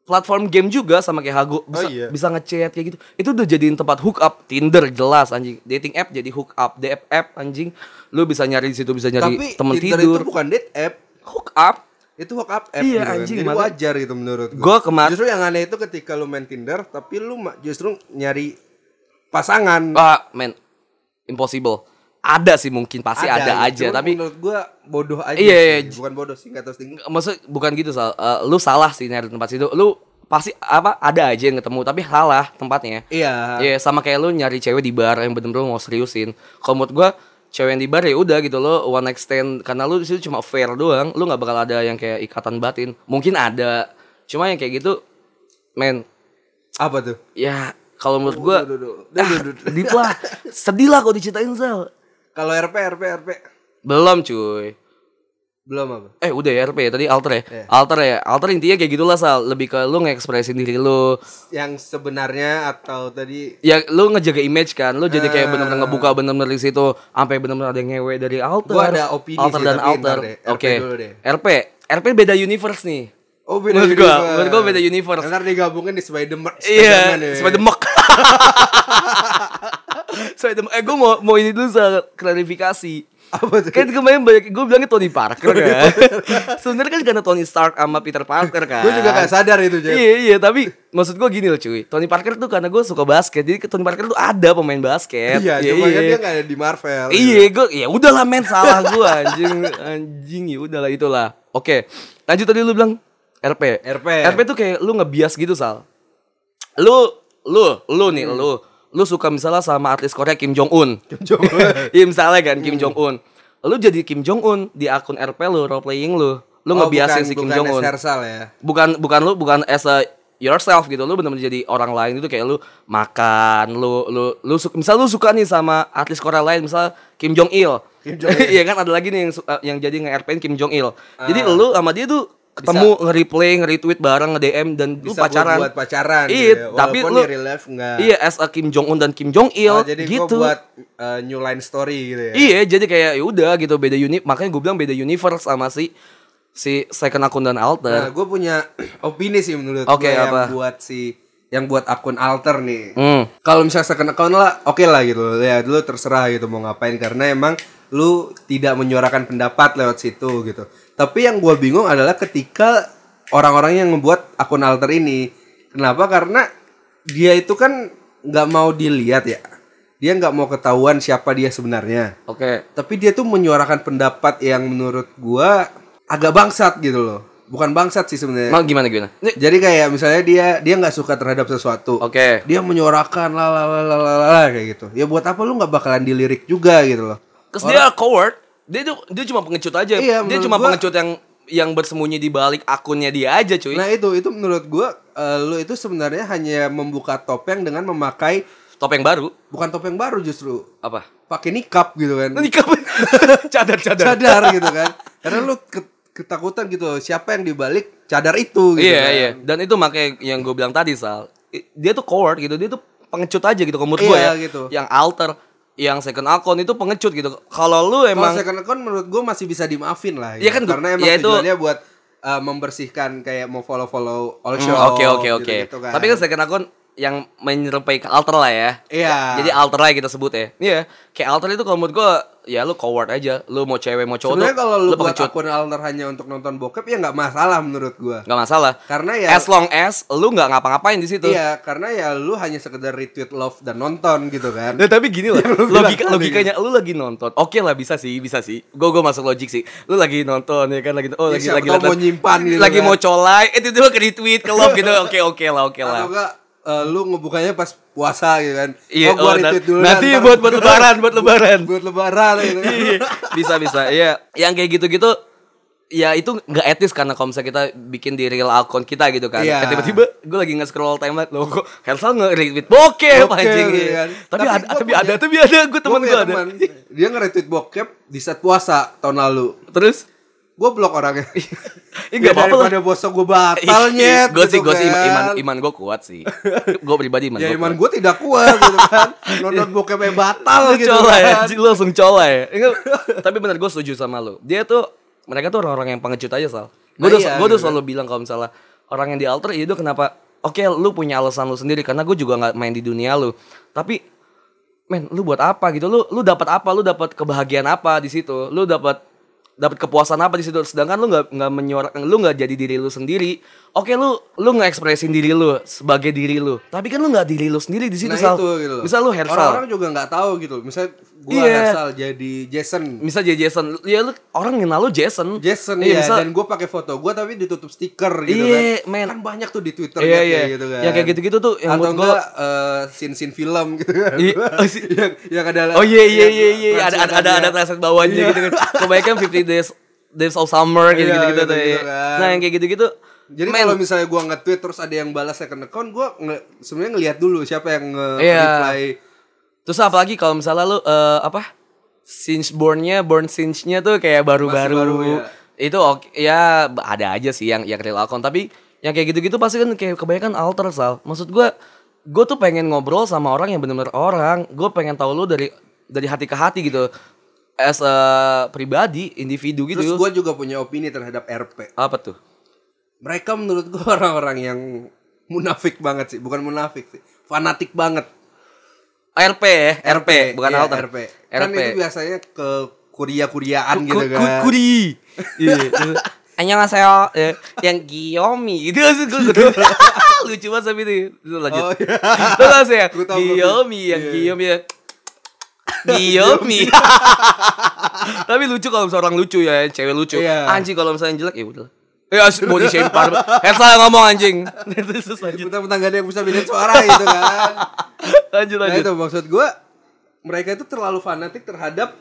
platform game juga sama kayak Hago bisa
iya.
bisa ngechat kayak gitu itu udah jadiin tempat hook up Tinder jelas anjing dating app jadi hook up DFF app anjing lu bisa nyari di situ bisa nyari
Tapi
temen
Tinder
tidur
itu bukan date app,
hook up
itu hook up app
Iya,
gitu kan.
anjing,
Jadi
makanya-
wajar gitu menurut gue.
Gua kemar-
Justru yang aneh itu ketika lu main Tinder tapi lu ma- justru nyari pasangan.
ah men impossible ada sih mungkin pasti ada, aja
Cuman
tapi
gitu. menurut gua bodoh aja.
Iya,
sih.
iya.
Bukan bodoh sih, enggak tahu sih.
maksud bukan gitu soal lu salah sih nyari tempat situ lu pasti apa ada aja yang ketemu tapi salah tempatnya
Iya.
Iya, sama kayak lu nyari cewek di bar yang bener-bener mau seriusin. Kalau menurut gua cewek yang di bar ya udah gitu lo one night stand karena lu di situ cuma fair doang lu nggak bakal ada yang kayak ikatan batin mungkin ada cuma yang kayak gitu men
Apa tuh?
ya kalau menurut gua
Duh, duh, duh.
ah, deep lah sedih lah kalau diceritain Zal
Kalau RP, RP, RP
belum cuy
belum apa?
eh udah ya RP ya tadi alter ya
Iya.
alter ya alter intinya kayak gitulah Sal lebih ke lu ngekspresin diri lu
Yang sebenarnya atau tadi
ya lu ngejaga image kan lu jadi
Ah.
kayak bener-bener ngebuka bener-bener di situ sampai bener-bener ada yang ngewe dari alter
Gua ada opini
alter
sih,
dan
tapi
alter
ntar deh, RP
oke
dulu deh.
RP RP beda universe nih
Oh beda
Menurut gua- menurut gua beda universe.
Ntar digabungin di Spider-Man
iya
Spider-Man ya.
Spiderman (laughs) Spiderman eh gue mau mau ini dulu Sal, klarifikasi
Apa tuh?
kan kemarin banyak gue bilangnya Tony Parker kan (laughs) sebenarnya kan karena Tony Stark sama Peter Parker kan
Gue juga gak sadar itu Jeff
Iya iya tapi maksud gue gini loh cuy Tony Parker tuh karena gue suka basket jadi Tony Parker tuh ada pemain basket
Iya, cuma kan dia gak ada di Marvel
Iya, gue ya udahlah men salah gue anjing anjing ya udahlah itulah. Oke, lanjut tadi lu bilang RP.
RP.
RP tuh kayak lu ngebias gitu sal. Lu lu lu nih
Hmm.
lu lu suka misalnya sama artis Korea Kim Jong Un.
Kim Jong Un.
(laughs) Iya misalnya
Hmm.
kan Kim Jong Un. Lu jadi Kim Jong Un di akun RP lu role playing lu. Lu
Oh, bukan-
ngebiasin si Kim
bukan
Jong Un
Hersal ya
bukan bukan lu bukan as a yourself gitu lu bener-bener jadi orang lain itu kayak lu makan lu lu lu su- misal lu suka nih sama artis Korea lain misal Kim Jong Il
Kim Jong Il.
(laughs) iya kan ada lagi nih yang su- yang jadi nge rp Kim Jong Il jadi
Ah.
lu sama dia tuh ketemu nge-replay nge-retweet bareng nge-DM dan lu
Bisa
pacaran
buat, buat pacaran
Iya,
gitu ya.
tapi
Walaupun
lu-
di real life nggak.
iya as a Kim Jong Un dan Kim Jong Il
Oh, jadi
gitu
gua buat eh, new line story gitu ya
Iya, jadi kayak ya udah gitu beda unit, makanya gue bilang beda universe sama si si second akun dan
Nah,
alter.
gue punya (clears throat) opini sih menurut gua
Oke,
yang
apa?
buat si yang buat akun alter nih.
Hmm.
Kalau misalnya second account lah, oke lah gitu. Ya, lu terserah gitu mau ngapain karena emang lu tidak menyuarakan pendapat lewat situ gitu. Tapi yang gue bingung adalah ketika orang-orang yang membuat akun alter ini, kenapa? Karena dia itu kan nggak mau dilihat ya. Dia nggak mau ketahuan siapa dia sebenarnya
Oke.
tapi dia tuh menyuarakan pendapat yang menurut gua agak bangsat gitu loh bukan bangsat sih sebenarnya
Mau gimana gimana? Nih,
jadi kayak misalnya dia dia nggak suka terhadap sesuatu
Oke.
dia menyuarakan lalalala kayak gitu ya buat apa lu nggak bakalan dilirik juga gitu loh
Terus dia coward. Dia tuh dia cuma pengecut aja.
Iya,
dia
menurut
cuma
gua-
pengecut yang yang bersembunyi di balik akunnya dia aja, cuy.
nah itu itu menurut gua eh, lu itu sebenarnya hanya membuka topeng dengan memakai
Topeng baru
bukan topeng baru justru
apa?
pakai nikap gitu kan
(laughs) Nikah. Cadar-cadar.
(laughs) cadar gitu kan karena lu ke- ketakutan gitu siapa yang dibalik cadar itu gitu
Iya,
kan.
iya. Dan itu makanya yang gue bilang tadi, Sal. I- Dia tuh coward gitu. Dia tuh pengecut aja gitu kalau menurut gue
Iya,
ya.
gitu.
Yang alter, yang second account itu pengecut gitu. Kalau lu
Kalau
emang
second account menurut gue masih bisa dimaafin lah.
Iya kan, gua-
karena emang
ya itu-
tujuannya buat uh, membersihkan kayak mau follow-follow all
Hmm,
show.
Oke, oke, oke.
gitu-gitu kan.
Tapi kan second account yang menyerupai ke alter lah ya.
iya.
Jadi alter lah kita sebut ya. Iya, kayak alter itu kalau menurut gua ya lu coward aja. Lu mau cewek mau cowok
sebenarnya
tuh
kalau lu, buat
pengecut.
akun alter hanya untuk nonton bokep ya nggak masalah menurut gue.
Gak masalah.
Karena ya
As long as lu nggak ngapa-ngapain di situ.
iya, karena ya lu hanya sekedar retweet love dan nonton gitu kan.
Nah, tapi
(laughs)
gini lah,
lu bilang
logika
tadi.
logikanya lu lagi nonton. Oke lah bisa sih, bisa sih. Gua gua masuk logik sih. Lu lagi nonton ya kan lagi oh
Ya,
lagi
siapa
lagi
tahu
nonton.
mau nyimpan gitu
lagi
kan.
mau colai, eh tiba-tiba ke retweet ke love gitu. Oke oke lah, oke lah.
Atau enggak uh, lu ngebukanya pas puasa gitu kan.
Iya,
gua
oh, na-
retweet dulu dah,
nanti
ntar
buat buat lebaran, buat lebaran.
buat lebaran gitu kan. (laughs)
Iya, (laughs) bisa bisa. Iya, yang kayak gitu-gitu ya itu nggak etis karena kalau misalnya kita bikin di real account kita gitu kan.
Iya.
Eh, tiba-tiba gue lagi nge-scroll timeline loh kok Hersal nge-retweet bokep
Bokep,
anjing.
iya kan.
Tapi,
Tapi
ada,
gua
tapi
punya-
ada tapi ada gue
Gua
temen gue
punya
ada.
teman, dia nge-retweet bokep di saat puasa tahun lalu.
Terus
gue blok
(laughs)
orangnya
Ih, Iya, nggak
ya,
apa-apa
daripada bosok gue batal nyet
Gue sih,
gitu
gue sih
kan.
iman, iman gue kuat sih. Gue pribadi iman
(laughs) ya
gua
iman
kuat.
gue tidak kuat gitu
(laughs)
kan nonton bokepnya batal
Iya. Lu ya.
gitu
colai,
kan
anjing, lu langsung colai. Enggak, tapi bener gue setuju sama lu. Dia tuh mereka tuh orang-orang yang pengecut aja sal. Gue
Nah,
tuh,
iya,
gua tuh
gitu.
selalu bilang kalau misalnya orang yang di alter itu kenapa? Oke, lu punya alasan lu sendiri karena gue juga nggak main di dunia lu. Tapi men, lu buat apa gitu? Lu lu dapat apa? Lu dapat kebahagiaan apa di situ? Lu dapat dapat kepuasan apa di situ sedangkan lu nggak nggak menyuarakan lu nggak jadi diri lu sendiri oke lu lu ngekspresin diri lu sebagai diri lu tapi kan lu nggak diri lu sendiri di situ
Nah
Sal.
itu gitu loh.
misal lu hairstyle
Orang-orang juga nggak tahu gitu loh. Misal gua
Iya.
hairstyle jadi Jason.
misal jadi Jason ya lu orang kenal lu Jason
Jason ya
iya, misal-
dan gue pakai foto gue tapi ditutup stiker gitu
Iya,
kan.
men.
Kan banyak tuh di Twitter
Iya,
kayak
iya.
gitu kan.
Yang kayak gitu-gitu tuh yang
atau
menurut gua-
enggak eh, scene-scene film gitu kan. (laughs)
Iya, oh, si-
yang, yang ada
Oh iya iya
yang
iya iya ada ada ada ada
translatannya.
translate bawahnya
Iya.
gitu kan. Kebanyakan 50 days days of summer gitu
Iya,
gitu gitu, tuh,
gitu-gitu
iya.
kan.
Nah, yang kayak gitu-gitu
Jadi
men,
kalau misalnya gue nge-tweet terus ada yang balas second account, gue nge- sebenarnya ngelihat dulu siapa yang
Iya.
nge-reply.
terus apalagi kalau misalnya lu eh, apa? Since born-nya, born since-nya tuh kayak baru-baru.
baru, ya.
Itu oke ya ada aja sih yang yang real account, tapi yang kayak gitu-gitu pasti kan kayak kebanyakan alter sal. Maksud gua gue tuh pengen ngobrol sama orang yang bener-bener orang. Gue pengen tahu lu dari dari hati ke hati gitu. As a pribadi, individu gitu.
Terus gue juga punya opini terhadap RP.
apa tuh?
mereka menurut gue (laughs) orang-orang yang munafik banget sih bukan munafik sih fanatik banget
RP ya, RP, bukan
Iya,
alter.
RP. kan
RP.
itu biasanya ke kuria-kuriaan gitu
Ku-
kan
ku- Kuri.
(laughs)
Iya. Annyeonghaseyo. Ya, yang Giyomi. Itu maksud gue gitu. (laughs) Lucu banget sampai itu. Itu lanjut.
Oh, iya.
(laughs) Itu lah saya.
Gua tahu, gua tahu.
Giyomi, yang
Iya.
Giyomi.
(laughs)
ya. Giyomi. (laughs) Tapi lucu kalau misalnya orang lucu ya, cewek lucu.
Iya.
Anjing kalau misalnya jelek ya udah. Ya body shaming
(laughs)
parah. Hersa yang ngomong anjing.
Nah,
Terus lanjut.
Bentar-bentar gak ada yang bisa bedain suara gitu kan
(laughs) Lanjut
nah
lanjut.
itu maksud gue mereka itu terlalu fanatik terhadap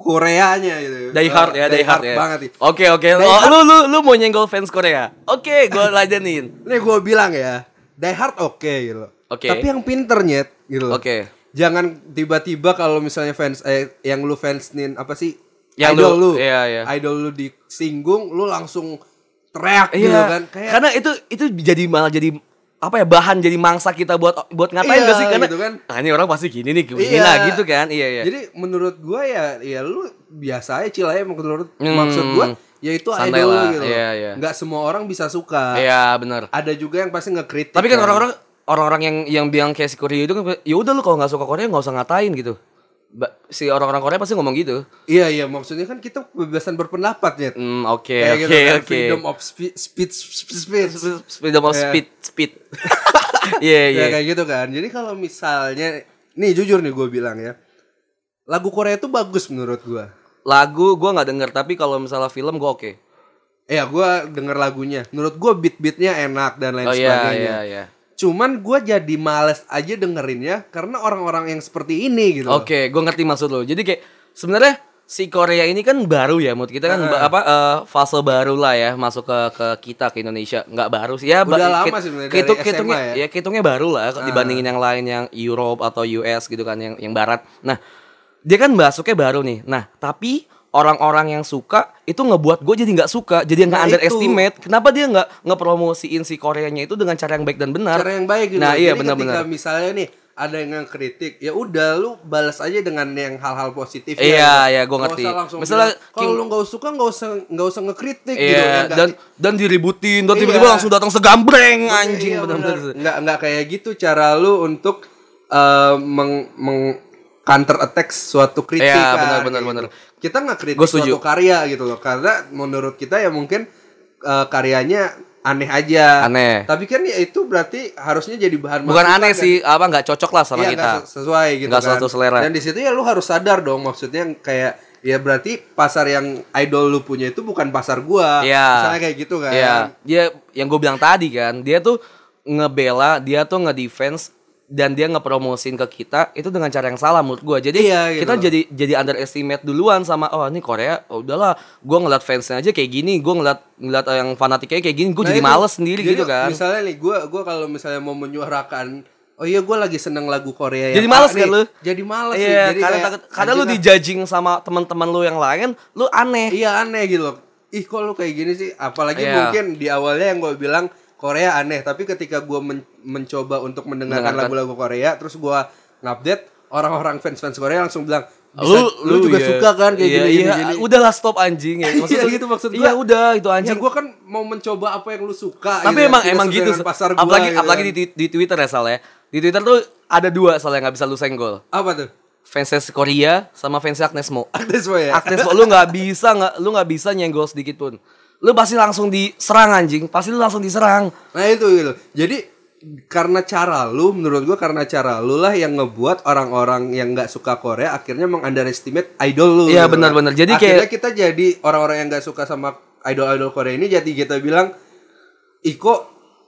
Koreanya gitu
Die Hard ya, Die Hard ya.
banget sih
Oke oke.
Die
Oh,
Hard.
lu lu lu mau nyenggol fans Korea? Oke, gua ladenin.
ini gue bilang ya Die Hard oke gitu loh
Oke.
tapi yang pinter nyet gitu loh
Oke.
jangan tiba-tiba kalau misalnya fans eh, yang lu fansnin apa sih
Yang
idol
lu-
lu,
iya, iya.
idol lu disinggung lu langsung teriak
Iya.
gitu kan kayak
Karena itu itu jadi malah jadi apa ya bahan jadi mangsa kita buat buat
Iya,
ngatain gak sih karena
gitu kan.
"Ah, ini orang pasti gini nih gini lah gitu kan iya iya
jadi menurut gua ya ya lu biasa aja chill aja menurut
Hmm.
maksud gua ya itu
Santai
idol lu
lah,
gitu
iya, iya.
nggak semua orang bisa suka
iya benar
ada juga yang pasti ngekritik
tapi kan orang-orang orang-orang yang yang bilang kayak si Korea itu kan ya udah lu kalau nggak suka Korea nggak usah ngatain gitu Ba- si orang-orang Korea pasti ngomong gitu
iya iya maksudnya kan kita kebebasan berpendapat ya
hmm oke
Kayak gitu
oke
kan,
oke
freedom of spe- speech speech
freedom of
Iya.
speed
(laughs)
speed iya iya
ya kayak gitu kan jadi kalau misalnya nih jujur nih gue bilang ya lagu Korea itu bagus menurut gue
lagu gua nggak denger tapi kalau misalnya film gua oke
ya gue denger lagunya menurut gue beat beatnya enak dan lain
oh iya
sebagainya
iya iya
cuman gue jadi males aja dengerinnya karena orang-orang yang seperti ini gitu loh.
Oke, gue ngerti maksud lo. Jadi kayak sebenarnya si Korea ini kan baru ya, menurut kita kan ba- apa eh, fase baru lah ya masuk ke ke kita ke Indonesia. Nggak baru sih ya. ba-
Udah lama
kit-
sih sebenarnya,
kitung-
dari SMA
kitungnya
ya.
ya kitungnya baru lah dibandingin yang lain yang Europe atau US gitu kan yang yang barat. Nah, dia kan masuknya baru nih. Nah, tapi orang-orang yang suka itu ngebuat gue jadi nggak suka, jadi
Nah,
nggak
itu.
underestimate. Kenapa dia nggak ngepromosiin si Koreanya itu dengan cara yang baik dan benar?
cara yang baik gitu loh.
Nah, iya
Jadi ketika
benar-benar.
misalnya nih ada yang kritik ya udah lu balas aja dengan yang hal-hal gitu. positif
Iya, iya, gua ngerti. Misalnya
misalnya kalau
King-
lu nggak suka nggak usah nggak usah ngekritik
Iya,
gitu ya, nggak-
dan dan diributin, dan
Iya.
tiba-tiba langsung datang segambreng anjing
Iya,
bener-bener.
benar. nggak nggak kayak gitu cara lu untuk eh, meng, meng- counter attack suatu kritikan
Iya, benar,
kayak
benar,
gitu.
benar.
kita nggak kritik
Gua setuju.
suatu karya gitu loh karena menurut kita ya mungkin eh, karyanya aneh aja
Aneh.
tapi kan ya itu berarti harusnya jadi bahan
Bukan
masukan
aneh
kan?
sih, apa nggak cocok lah sama
Iya,
kita.
nggak se- sesuai gitu
Nggak
kan.
satu selera.
Dan di situ ya lu harus sadar dong maksudnya kayak ya berarti pasar yang idol lu punya itu bukan pasar gua.
Iya.
Misalnya kayak gitu kan.
Iya, dia yang gue bilang tadi kan, dia tuh ngebela, dia tuh ngedefense dan dia ngepromosin ke kita itu dengan cara yang salah menurut gua. Jadi
Iya, gitu
kita
loh.
jadi jadi underestimate duluan sama oh ini Korea, oh, udahlah, gua ngeliat fansnya aja kayak gini, gua ngeliat ngeliat yang fanatiknya kayak gini, gua
Nah,
jadi
itu.
males sendiri
Jadi
gitu kan.
Misalnya nih gue gua kalau misalnya mau menyuarakan oh iya gue lagi seneng lagu Korea yang
Jadi
A
males
Iya, nih.
kan lu?
Jadi males sih.
Iya,
Jadi
karena
kayak,
takut- karena lu
anjing lah,
dijudging sama teman-teman lu yang lain, lu aneh.
Iya aneh gitu loh. Ih kok lu kayak gini sih? Apalagi
Iya.
mungkin di awalnya yang gue bilang Korea aneh, tapi ketika gue mencoba untuk mendengarkan
Mendengarkan.
lagu-lagu Korea, terus gue ngupdate orang-orang fans-fans Korea langsung bilang,
Lu,
"Bisa- lu, juga
iya.
suka kan kayak
iya,
gini,
iya,
gini, gini.
Udahlah stop anjing
(laughs)
ya.
Iya,
lu-
gitu maksud gua.
Iya udah itu
Ya
anjing.
gue kan mau mencoba apa yang lu suka. gitu
Tapi
kan.
emang
Tidak
emang
sesuai
gitu.
dengan pasar gua,
apalagi
gitu
apalagi
kan.
di, di Twitter ya Sal ya. Di Twitter tuh ada dua Sal yang nggak bisa lu senggol.
apa tuh? (laughs)
fansnya Korea sama fansnya Agnes Mo.
Agnes Mo ya.
Agnes Mo lu nggak bisa nggak lu nggak bisa nyenggol sedikit pun. Lu pasti langsung diserang anjing, pasti lu langsung diserang.
Nah itu gitu. Jadi karena cara lu menurut gua karena cara lu lah yang ngebuat orang-orang yang nggak suka Korea akhirnya mengunderestimate idol lu.
Iya,
gitu
benar,
kan.
benar. Jadi
akhirnya kita jadi orang-orang yang nggak suka sama idol-idol Korea ini jadi kita bilang Iko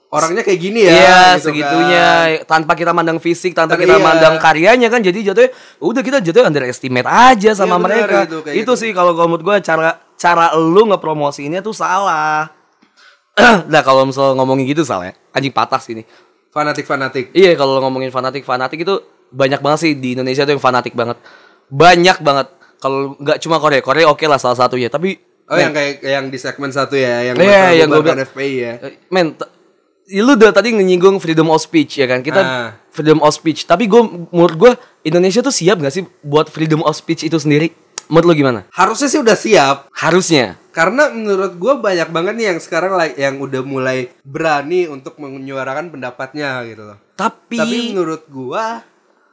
orangnya kayak gini ya.
Iya,
gitu
segitunya
kan.
tanpa kita mandang fisik, tanpa
Tapi iya.
kita mandang karyanya kan jadi jatuhnya udah kita jatuhnya underestimate aja sama
Iya, benar,
mereka.
itu,
Itu,
kayak gitu.
sih kalau kalau menurut gue cara cara lu ngepromosiinnya tuh salah. (clears throat) nah kalau misal ngomongin gitu salah ya. Anjing patah sih ini.
Fanatik-fanatik.
Iya kalau ngomongin fanatik fanatik itu banyak banget sih di Indonesia tuh yang fanatik banget banyak banget kalau nggak cuma Korea Korea oke lah salah satunya tapi
Oh yang kayak yang di segmen satu ya yang
Nah. Iya, yang
berterbuka
gua bilang.
FPI ya.
eh, men t- ya lu udah tadi nyinggung freedom of speech ya kan kita
Ah.
freedom of speech tapi gue menurut gue Indonesia tuh siap gak sih buat freedom of speech itu sendiri menurut lu gimana
Harusnya sih udah siap
harusnya
karena menurut gue banyak banget nih yang sekarang like, yang udah mulai berani untuk menyuarakan pendapatnya gitu loh.
tapi
Tapi menurut gua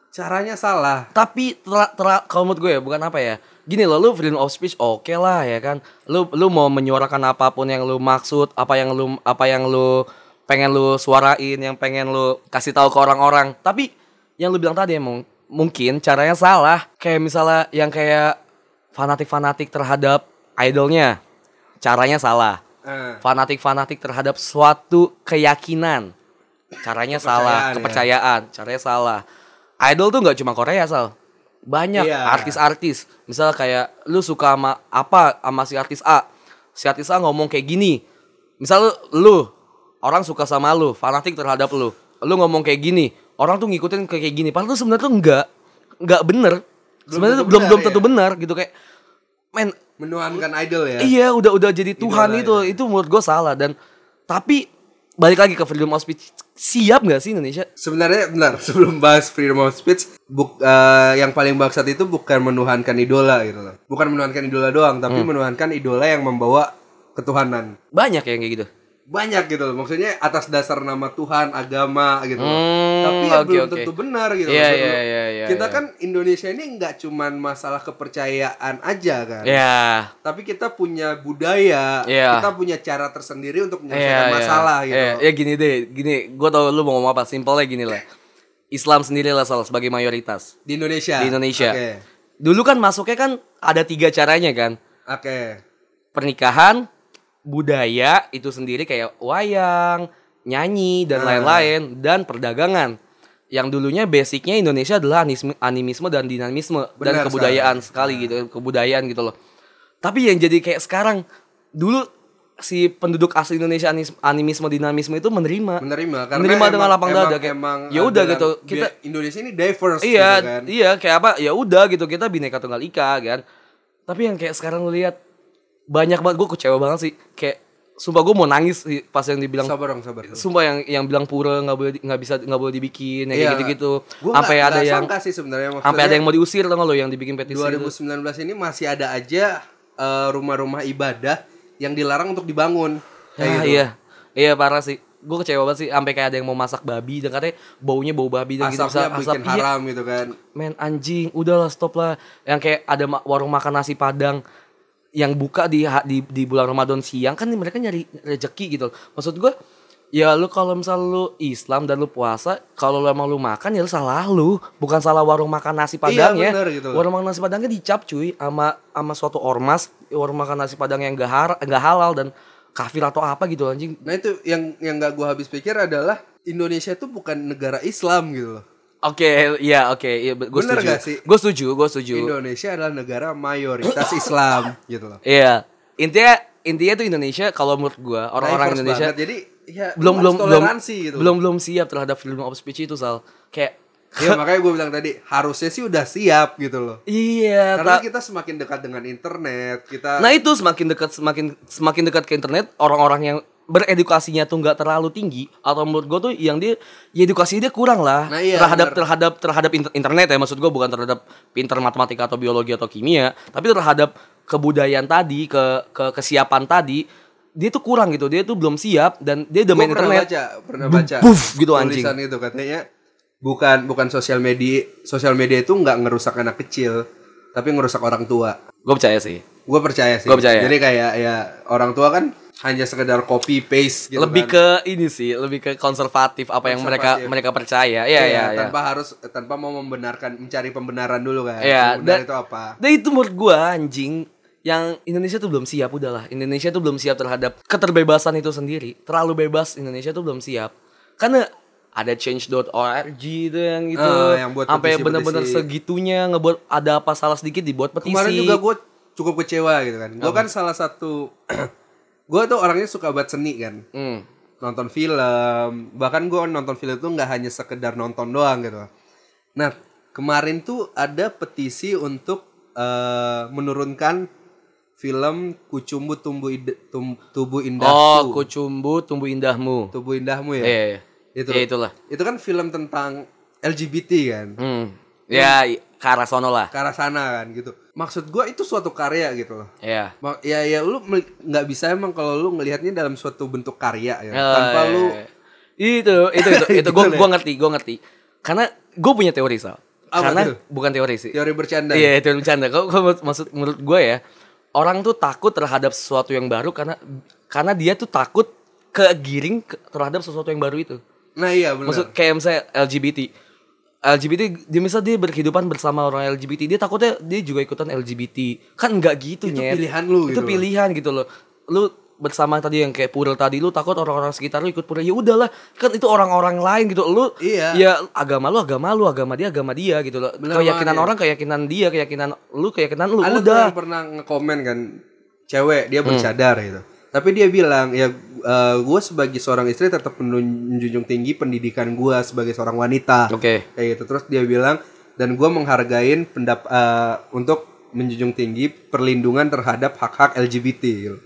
caranya salah.
tapi tera- tera- kalau menurut gue ya bukan apa ya gini loh lu freedom of speech oke lah ya kan lu lu mau menyuarakan apapun yang lu maksud apa yang lu apa yang lu pengen lu suarain yang pengen lu kasih tahu ke orang-orang tapi yang lu bilang tadi emang mungkin caranya salah kayak misalnya yang kayak fanatik-fanatik terhadap idolnya caranya salah
Eh,
fanatik-fanatik terhadap suatu keyakinan. Caranya
Kepercayaan, ya.
salah, kepercayaan, caranya salah. Idol tuh nggak cuma Korea, Sal. Banyak
Iya.
artis-artis. Misalnya kayak lu suka sama apa sama si artis A. Si artis A ngomong kayak gini. Misal lu, lu, orang suka sama lu, fanatik terhadap lu. Lu ngomong kayak gini, orang tuh ngikutin kayak kayak gini. Padahal tuh sebenarnya tuh enggak enggak bener. Sebenarnya
tentu
tuh belum
benar,
belum
ya.
tentu benar gitu kayak men
menuhankan idol ya.
Iya, udah udah jadi Tuhan
lah,
itu. Itu menurut gue salah dan tapi balik lagi ke freedom of speech. Siap nggak sih Indonesia?
Sebenarnya benar (laughs) sebelum bahas freedom of speech, buk- eh, yang paling bangsat itu bukan menuhankan idola gitu loh. Bukan menuhankan idola doang, tapi menuhankan idola yang membawa ketuhanan.
Banyak ya yang kayak gitu.
Banyak gitu loh. Maksudnya atas dasar nama Tuhan, agama gitu loh.
Hmm,
tapi ya
oke,
belum
oke.
tentu benar gitu.
Iya,
loh.
iya, iya, iya,
Kita
iya.
kan Indonesia ini nggak cuman masalah kepercayaan aja kan.
Ya.
tapi kita punya budaya,
Iya.
kita punya cara tersendiri untuk
Iya,
menyelesaikan
iya.
masalah gitu.
Iya, ya gini deh, gini. Gue tau lu mau ngomong apa. Simpelnya gini lah. Islam sendiri lah Sal, sebagai mayoritas
Di Indonesia.
di Indonesia.
Oke.
Dulu kan masuknya kan ada tiga caranya kan.
Oke.
pernikahan, budaya itu sendiri kayak wayang,
Ah.
nyanyi dan lain-lain dan perdagangan. Yang dulunya basicnya Indonesia adalah anisme- animisme dan dinamisme
Benar Ah.
dan kebudayaan sekali gitu, kebudayaan gitu loh. Tapi yang jadi kayak sekarang dulu si penduduk asli Indonesia anis- animisme dinamisme itu menerima.
Menerima karena
Menerima dengan lapang
emang-
dada kayak,
emang
ya udah
ada-
gitu, kita
bi- Indonesia ini diverse
iya
gitu kan.
iya kayak apa ya udah gitu kita bineka tunggal ika kan tapi yang kayak sekarang lu lihat banyak banget gue kecewa banget sih kayak sumpah gue mau nangis sih pas yang dibilang
Sabar dong, sabar. dong.
sumpah yang yang bilang pura nggak boleh di- nggak bisa nggak boleh dibikin ya, kayak
Iya.
gitu gitu
Gua
sampai
nggak-
ada
nggak
yang
sangka sih sebenarnya
sampai ada yang mau diusir tau nggak lo yang dibikin petisi itu
2019 ini masih ada aja eh, rumah-rumah ibadah yang dilarang untuk dibangun. Kayak
Ah,
gitu.
iya iya parah sih gue kecewa banget sih sampai kayak ada yang mau masak babi dan katanya baunya bau babi dan
Asapnya
gitu
bikin
iya.
haram gitu kan.
men anjing udahlah stop lah yang kayak ada ma- warung makan nasi padang yang buka di ha- di, di bulan Ramadan siang kan mereka nyari rezeki gitu loh. maksud gua ya lu kalau misal lu Islam dan lu puasa kalau lu emang lu makan ya lu salah lu bukan salah warung makan nasi padang ya
bener gitu loh.
warung makan nasi padangnya dicap cuy sama sama suatu ormas warung makan nasi padang yang gak, har- gak halal dan kafir atau apa gitu anjing
Nah itu yang yang nggak gue habis pikir adalah Indonesia itu bukan negara Islam gitu loh.
Oke, iya oke, iya gue
Bener
setuju.
gak sih?
Gue setuju, gue setuju.
Indonesia adalah negara mayoritas Islam gitu loh.
Iya. Intinya intinya tuh Indonesia kalau menurut gua (laughs) orang-orang
Diverse
Indonesia
banget. jadi ya
belum
harus
belum belum
toleransi gitu.
belum belum siap terhadap freedom of speech itu Sal. Kayak
Ya makanya gue bilang tadi harusnya sih udah siap gitu
(laughs)
loh.
iya.
Karena
ta-
kita semakin dekat dengan internet, kita
nah itu semakin dekat semakin semakin dekat ke internet orang-orang yang beredukasinya tuh nggak terlalu tinggi atau menurut gua tuh yang dia ya edukasi dia kurang lah
Nah, iya,
terhadap
bener.
terhadap terhadap inter- internet ya maksud gua bukan terhadap pinter matematika atau biologi atau kimia tapi terhadap kebudayaan tadi ke ke kesiapan tadi dia tuh kurang gitu dia tuh belum siap dan dia udah
Gua
main
pernah
internet
baca, pernah baca.
Buf, gitu anjing.
Tulisan itu katanya bukan bukan sosial media sosial media itu nggak ngerusak anak kecil tapi ngerusak orang tua
Gue percaya sih.
gue percaya sih
Gua percaya.
jadi kayak ya orang tua kan hanya sekedar copy paste gitu
lebih
kan.
ke ini sih, lebih ke konservatif apa yang mereka
Konservatif.
mereka percaya. Iya, iya, iya.
kan. tanpa harus tanpa mau membenarkan mencari pembenaran dulu kan
Iya,
Pembenaran
dan-
itu apa
Dan itu menurut gua anjing yang Indonesia tuh belum siap udahlah. Indonesia tuh belum siap terhadap keterbebasan itu sendiri. Terlalu bebas Indonesia tuh belum siap. Karena ada change.org itu yang itu
Ah, yang buat
sampai
petisi-petisi.
bener-bener segitunya ngebuat ada apa salah sedikit dibuat petisi.
kemarin juga gue cukup kecewa gitu kan gue kan salah satu (clears throat) gue tuh orangnya suka buat seni kan
Hmm.
nonton film bahkan gue nonton film itu nggak hanya sekedar nonton doang gitu nah kemarin tuh ada petisi untuk eh, menurunkan film Kucumbu Tumbuh Ide- Tum- Tubuh
Oh,
Indahku
kucumbu tumbuh indahmu.
Tubuh Indahmu
Iya,
ya
iya, iya.
Itu.
Ya, itulah.
itu kan film tentang LGBT kan
Hmm. Ya, i- ke arah sono lah.
ke arah sana kan gitu maksud gue itu suatu karya gitu loh
Iya.
Ma- ya ya lu mel- nggak bisa emang kalau lu ngelihatnya dalam suatu bentuk karya ya
Oh,
tanpa
iya,
lu
iya. itu itu
(laughs)
itu itu gue gue ngerti gue ngerti karena gue punya teori sal
Apa
karena
tuh? Ya,
bukan teori sih
teori bercanda
iya teori bercanda kok kok maksud menurut gue ya orang tuh takut terhadap sesuatu yang baru karena karena dia tuh takut kegiring ke- terhadap sesuatu yang baru itu
nah iya benar
maksud kayak misalnya LGBT LGBT dia misal dia berkehidupan bersama orang LGBT dia takutnya dia juga ikutan LGBT kan nggak gitu
Itu
Nyet.
pilihan lu
itu
gitu loh.
pilihan gitu loh lu bersama tadi yang kayak puril tadi lu takut orang-orang sekitar lu ikut puril ya udahlah kan itu orang-orang lain gitu lu
Iya.
ya agama lu agama lu agama dia agama dia gitu loh
Bener
keyakinan
banget,
orang keyakinan dia keyakinan lu keyakinan lu
Ada
udah
pernah pernah ngekomen kan cewek dia
Hmm.
bercadar gitu. Tapi dia bilang ya gue sebagai seorang istri tetap menun- menjunjung tinggi pendidikan gue sebagai seorang wanita.
Oke.
Kayak gitu. Terus dia bilang dan gue menghargain pendap eh, untuk menjunjung tinggi perlindungan terhadap hak-hak LGBT. Gitu.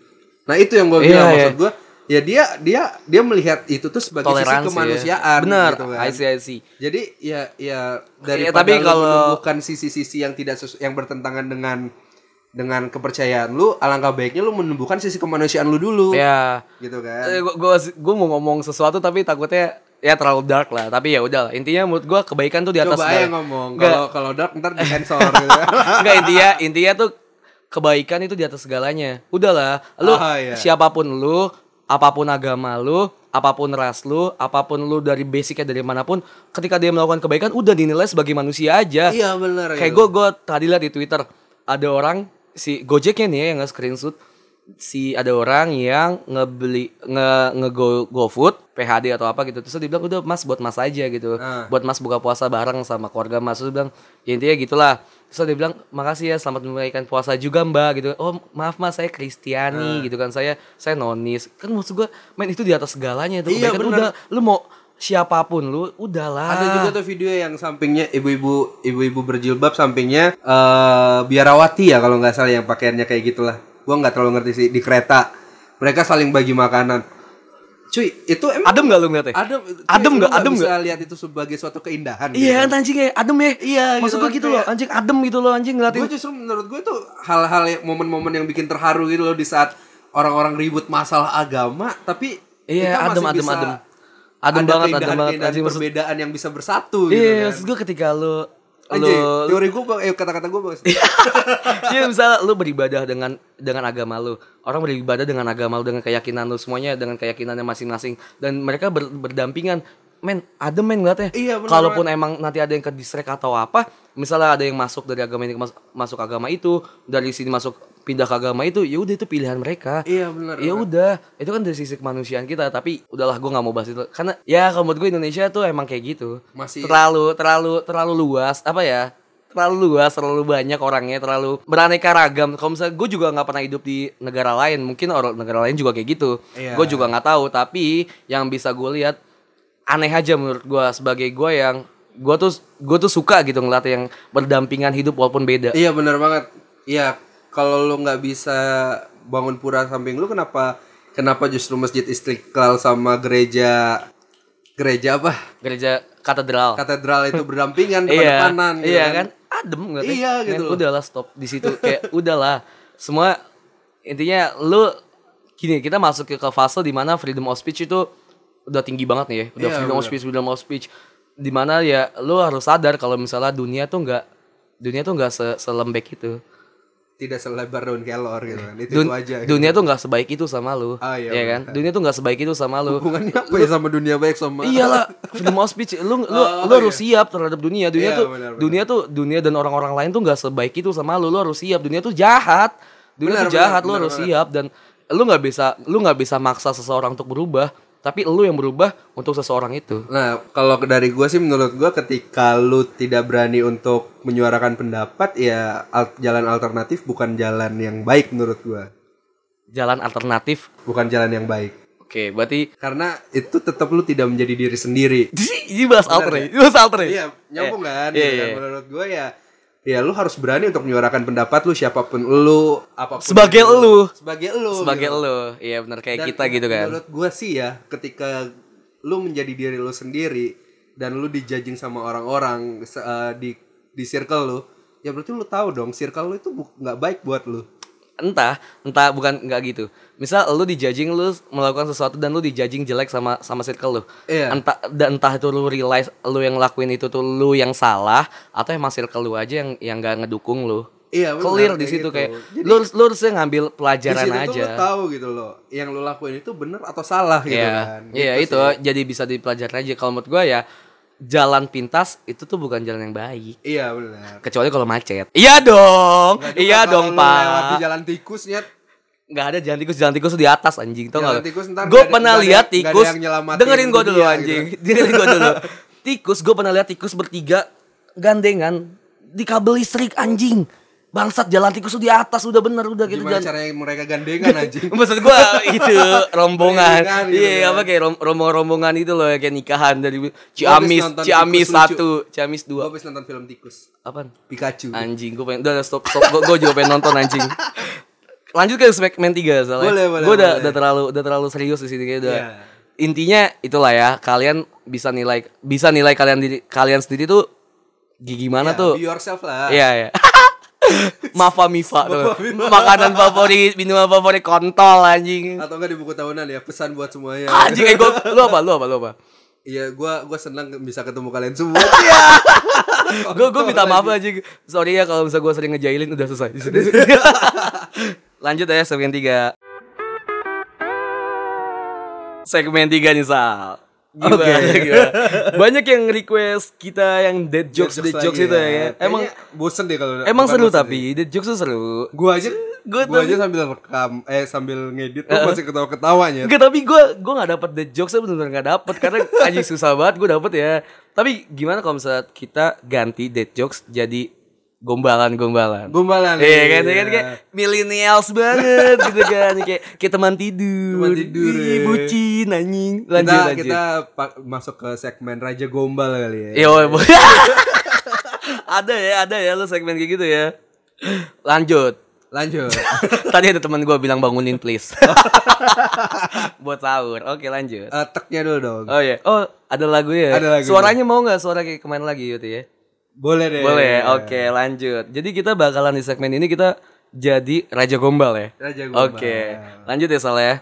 Nah itu yang gue
Iya,
bilang
iya.
maksud gue ya dia dia dia melihat itu tuh sebagai
toleransi
sisi kemanusiaan.
ya. bener
gitu kan.
I see, I see.
Jadi ya ya dari
Iya,
tapi
tapi kalau-
kalau sisi-sisi yang tidak sesu- yang bertentangan dengan dengan kepercayaan lu, alangkah baiknya lu menumbuhkan sisi kemanusiaan lu dulu.
ya
Gitu kan.
gue gue mau ngomong sesuatu tapi takutnya ya terlalu dark lah tapi ya udahlah intinya menurut gue kebaikan tuh di atas
Coba aja
segala-
ngomong.
Nggak. (laughs)
Kalau kalau dark ntar di sensor gitu kan.
Enggak intinya intinya tuh kebaikan itu di atas segalanya. Udahlah, lu
Ah, iya.
siapapun lu, apapun agama lu, apapun ras lu, apapun lu dari basicnya dari manapun, ketika dia melakukan kebaikan udah dinilai sebagai manusia aja.
Iya benar.
Kayak gue gue tadi liat di Twitter ada orang si Gojeknya nih ya yang nge screenshot si ada orang yang ngebeli nge nge go, GoFood PHD atau apa gitu terus dia bilang udah mas buat mas aja gitu
Ah.
buat mas buka puasa bareng sama keluarga mas terus dia bilang ya intinya gitulah terus dia bilang makasih ya selamat menunaikan puasa juga mbak gitu oh maaf mas saya
Ah.
Kristiani gitu kan saya saya nonis kan maksud gue main itu di atas segalanya itu
Iya,
Kebaikan
bener.
udah lu mau siapapun lu udahlah
Ada juga tuh video yang sampingnya ibu-ibu ibu-ibu berjilbab sampingnya eh biarawati ya kalau nggak salah yang pakaiannya kayak gitulah. Gua nggak terlalu ngerti sih di kereta. Mereka saling bagi makanan. Cuy, itu emang
adem gak lu ngeliatnya
adem
Adem
lu
nggak? Adem
bisa lihat itu sebagai suatu keindahan
Iya kan anjing ya, adem ya.
Iya, gitu
Maksud gue
kan,
gitu loh,
kayak-
anjing adem gitu loh anjing ngeliatin.
gue justru menurut gue itu hal-hal yang momen-momen yang bikin terharu gitu loh di saat orang-orang ribut masalah agama tapi kita masih
Iya, adem adem
bisa
adem. Adem
ada
banget, adem
keindahan-keindahan
banget anjing maksud.
perbedaan yang bisa bersatu gitu
Iya,
kan
maksud gue ketika lu
Anjing,
lu
teori gue bang- eh kata-kata gue bagus Oh,
(laughs) Iya misalnya lu beribadah dengan dengan agama lu Orang beribadah dengan agama lu Dengan keyakinan lu semuanya Dengan keyakinannya masing-masing Dan mereka ber- berdampingan Men, adem men ngeliatnya
Iya, bener
Kalaupun emang nanti ada yang ke distract atau apa Misalnya ada yang masuk dari agama ini ke mas- masuk agama itu Dari sini masuk pindah ke agama itu ya udah itu pilihan mereka
Iya, bener,
ya udah itu kan dari sisi kemanusiaan kita tapi udahlah gue nggak mau bahas itu karena ya kalau menurut gue Indonesia tuh emang kayak gitu
Masih-
terlalu terlalu terlalu luas apa ya terlalu luas terlalu banyak orangnya terlalu beraneka ragam kalau misalnya gue juga nggak pernah hidup di negara lain mungkin orang negara lain juga kayak gitu
Iya.
gue juga nggak tahu tapi yang bisa gue lihat aneh aja menurut gue sebagai gue yang gue tuh gue tuh suka gitu ngeliat yang berdampingan hidup walaupun beda
iya benar banget iya kalau lu nggak bisa bangun pura samping lu kenapa kenapa justru masjid istiqlal sama gereja gereja apa
gereja katedral
katedral itu berdampingan
iya,
depan gitu
iya
kan.
kan? adem nggak
Iya, gitu loh.
udahlah stop di situ kayak (laughs) udahlah semua intinya lu gini kita masuk ke, ke fase di mana freedom of speech itu udah tinggi banget nih ya udah
Iya,
freedom of
bener.
speech freedom of speech dimana ya lu harus sadar kalau misalnya dunia tuh nggak dunia tuh nggak se- selembek itu
tidak selebar daun kelor gitu kan itu,
Dun-
itu aja gitu.
dunia tuh nggak sebaik itu sama lu
Ah, iya,
ya kan dunia tuh nggak sebaik itu sama lu
hubungannya apa ya sama dunia baik sama
iyalah freedom of speech lu lu, lu harus siap terhadap dunia dunia
Oh, Iya,
tuh
benar, benar.
dunia tuh dunia dan orang-orang lain tuh nggak sebaik itu sama lu lu harus siap dunia tuh jahat dunia
Benar,
tuh jahat
benar,
lu
benar,
harus siap dan lu nggak bisa lu nggak bisa maksa seseorang untuk berubah tapi lu yang berubah untuk seseorang itu
Nah, kalau dari gue sih menurut gue ketika lu tidak berani untuk menyuarakan pendapat ya al- jalan alternatif bukan jalan yang baik menurut gue.
jalan alternatif
Bukan jalan yang baik.
oke berarti (laughs)
Karena itu tetap lu tidak menjadi diri sendiri.
ini bahas alter ya? Ini bahas alter ya?
Iya, nyambung kan?
Iya,
gitu kan?
iya.
Menurut gue ya ya lu harus berani untuk menyuarakan pendapat lu siapapun lu apapun
Sebagai
itu.
lu.
sebagai lu
sebagai
gitu.
lo iya benar kayak
Dan
kita gitu kan
Menurut gue sih ya, ketika lu menjadi diri lu sendiri dan lu dijudging sama orang-orang se- eh, di di circle lu, ya berarti lu tahu dong circle lu itu bu- nggak baik buat lu.
entah entah bukan nggak gitu misal lu dijudging lu melakukan sesuatu dan lu dijudging jelek sama sama circle lu
Iya.
entah dan entah itu lu realize lu yang lakuin itu tuh lu yang salah atau emang circle lu aja yang yang nggak ngedukung lu
Iya, benar,
clear di
kayak
situ
gitu.
kayak lu harus- lu harusnya ngambil
Di
pelajaran
situ tuh
aja
lu tahu gitu loh, yang lu lakuin itu bener atau salah gitu
Iya,
kan.
iya
Gitu
itu
sih.
jadi bisa dipelajarin aja kalau menurut gua ya jalan pintas itu tuh bukan jalan yang baik
Iya benar.
kecuali kalau macet iya dong
Nggak juga
iya
kalau
dong
lu Lewati
pak
jalan tikusnya
nggak ada jalan tikus jalan tikus tuh di atas anjing tau
Jalan
nggak
tikus ntar
gue
nggak ada-
pernah
nggak ada-
lihat
nggak ada
tikus
yang nyelamatin gitu.
dengerin gue dulu
dunia,
anjing (laughs) dengerin gue dulu tikus gue pernah lihat tikus bertiga gandengan di kabel listrik anjing bangsat jalan tikus tuh di atas udah bener udah gitu
gimana
jalan-
caranya mereka
(laughs)
gandengan anjing.
Maksud
(laughs)
gua itu rombongan.
Rombongan gitu
Iya,
kan.
apa kayak rom- rombongan-rombongan itu loh kayak nikahan dari Ciamis,
nonton
Ciamis
tikus lucu.
1, Ciamis
Gua
2.
habis nonton film tikus
Apaan?
Pikachu.
Anjing, gue pengen udah udah, stop stop gue juga pengen nonton anjing. Lanjut ke segmen 3 soalnya.
Boleh, boleh,
Gue udah,
boleh.
udah terlalu udah terlalu serius di sini kayak udah.
Iya.
Intinya itulah ya, kalian bisa nilai bisa nilai kalian diri, kalian sendiri tuh gi- gimana
Ya,
tuh?
Be yourself lah.
Iya, iya. (laughs) Mafa Mifa tuh.
Mifa. Iya.
Makanan favorit, minuman favorit kontol anjing.
Atau enggak di buku tahunan ya pesan buat semuanya.
Anjing ego lu apa lu apa lu apa?
Iya, gua gua senang bisa ketemu kalian semua.
Gue gue minta maaf anjing. Sorry ya kalau misalnya gue sering ngejailin udah
(laughs)
selesai. Lanjut ya segmen 3. Segmen 3 nih Sal. Gimana, (laughs) gimana? Banyak yang request kita yang dead (laughs) jokes, dead jokes,
lagi
itu ya. Emang
Kayaknya bosen deh kalau
emang
bukan
seru
bosen deh.
tapi dead jokes tuh seru.
gua aja gua,
Gua tapi-
aja sambil rekam eh sambil ngedit tuh masih ketawa-ketawanya.
Enggak, tapi gue gue nggak dapet dead jokes benar-benar nggak dapet karena anjing susah banget gue dapet ya. Tapi gimana kalau misalnya kita ganti dead jokes jadi gombalan-gombalan?
Gombalan.
Iya kan, iya kan
Iya.
kayak millennials banget gitu kan kayak kayak teman tidur.
Teman tidur,
Ih,
ya.
bucin anjing. Lanjut
Kita
lanjut.
kita pa- masuk ke segmen Raja Gombal kali ya.
Iya, woy, boy. (laughs) ada ya, ada ya lo segmen kayak gitu ya. Lanjut. (laughs)
Lanjut.
Tadi ada teman gue bilang bangunin please. (laughs) Buat sahur. Oke, lanjut.
Eh, teknya dulu dong.
Oh iya. Oh, ada lagunya.
Ada lagunya.
Suaranya mau nggak suara kayak kemarin lagi gitu ya?
Boleh deh.
Boleh. Oke, lanjut. Jadi kita bakalan di segmen ini kita jadi Raja Gombal ya.
Raja
Oke. Lanjut ya Sal ya.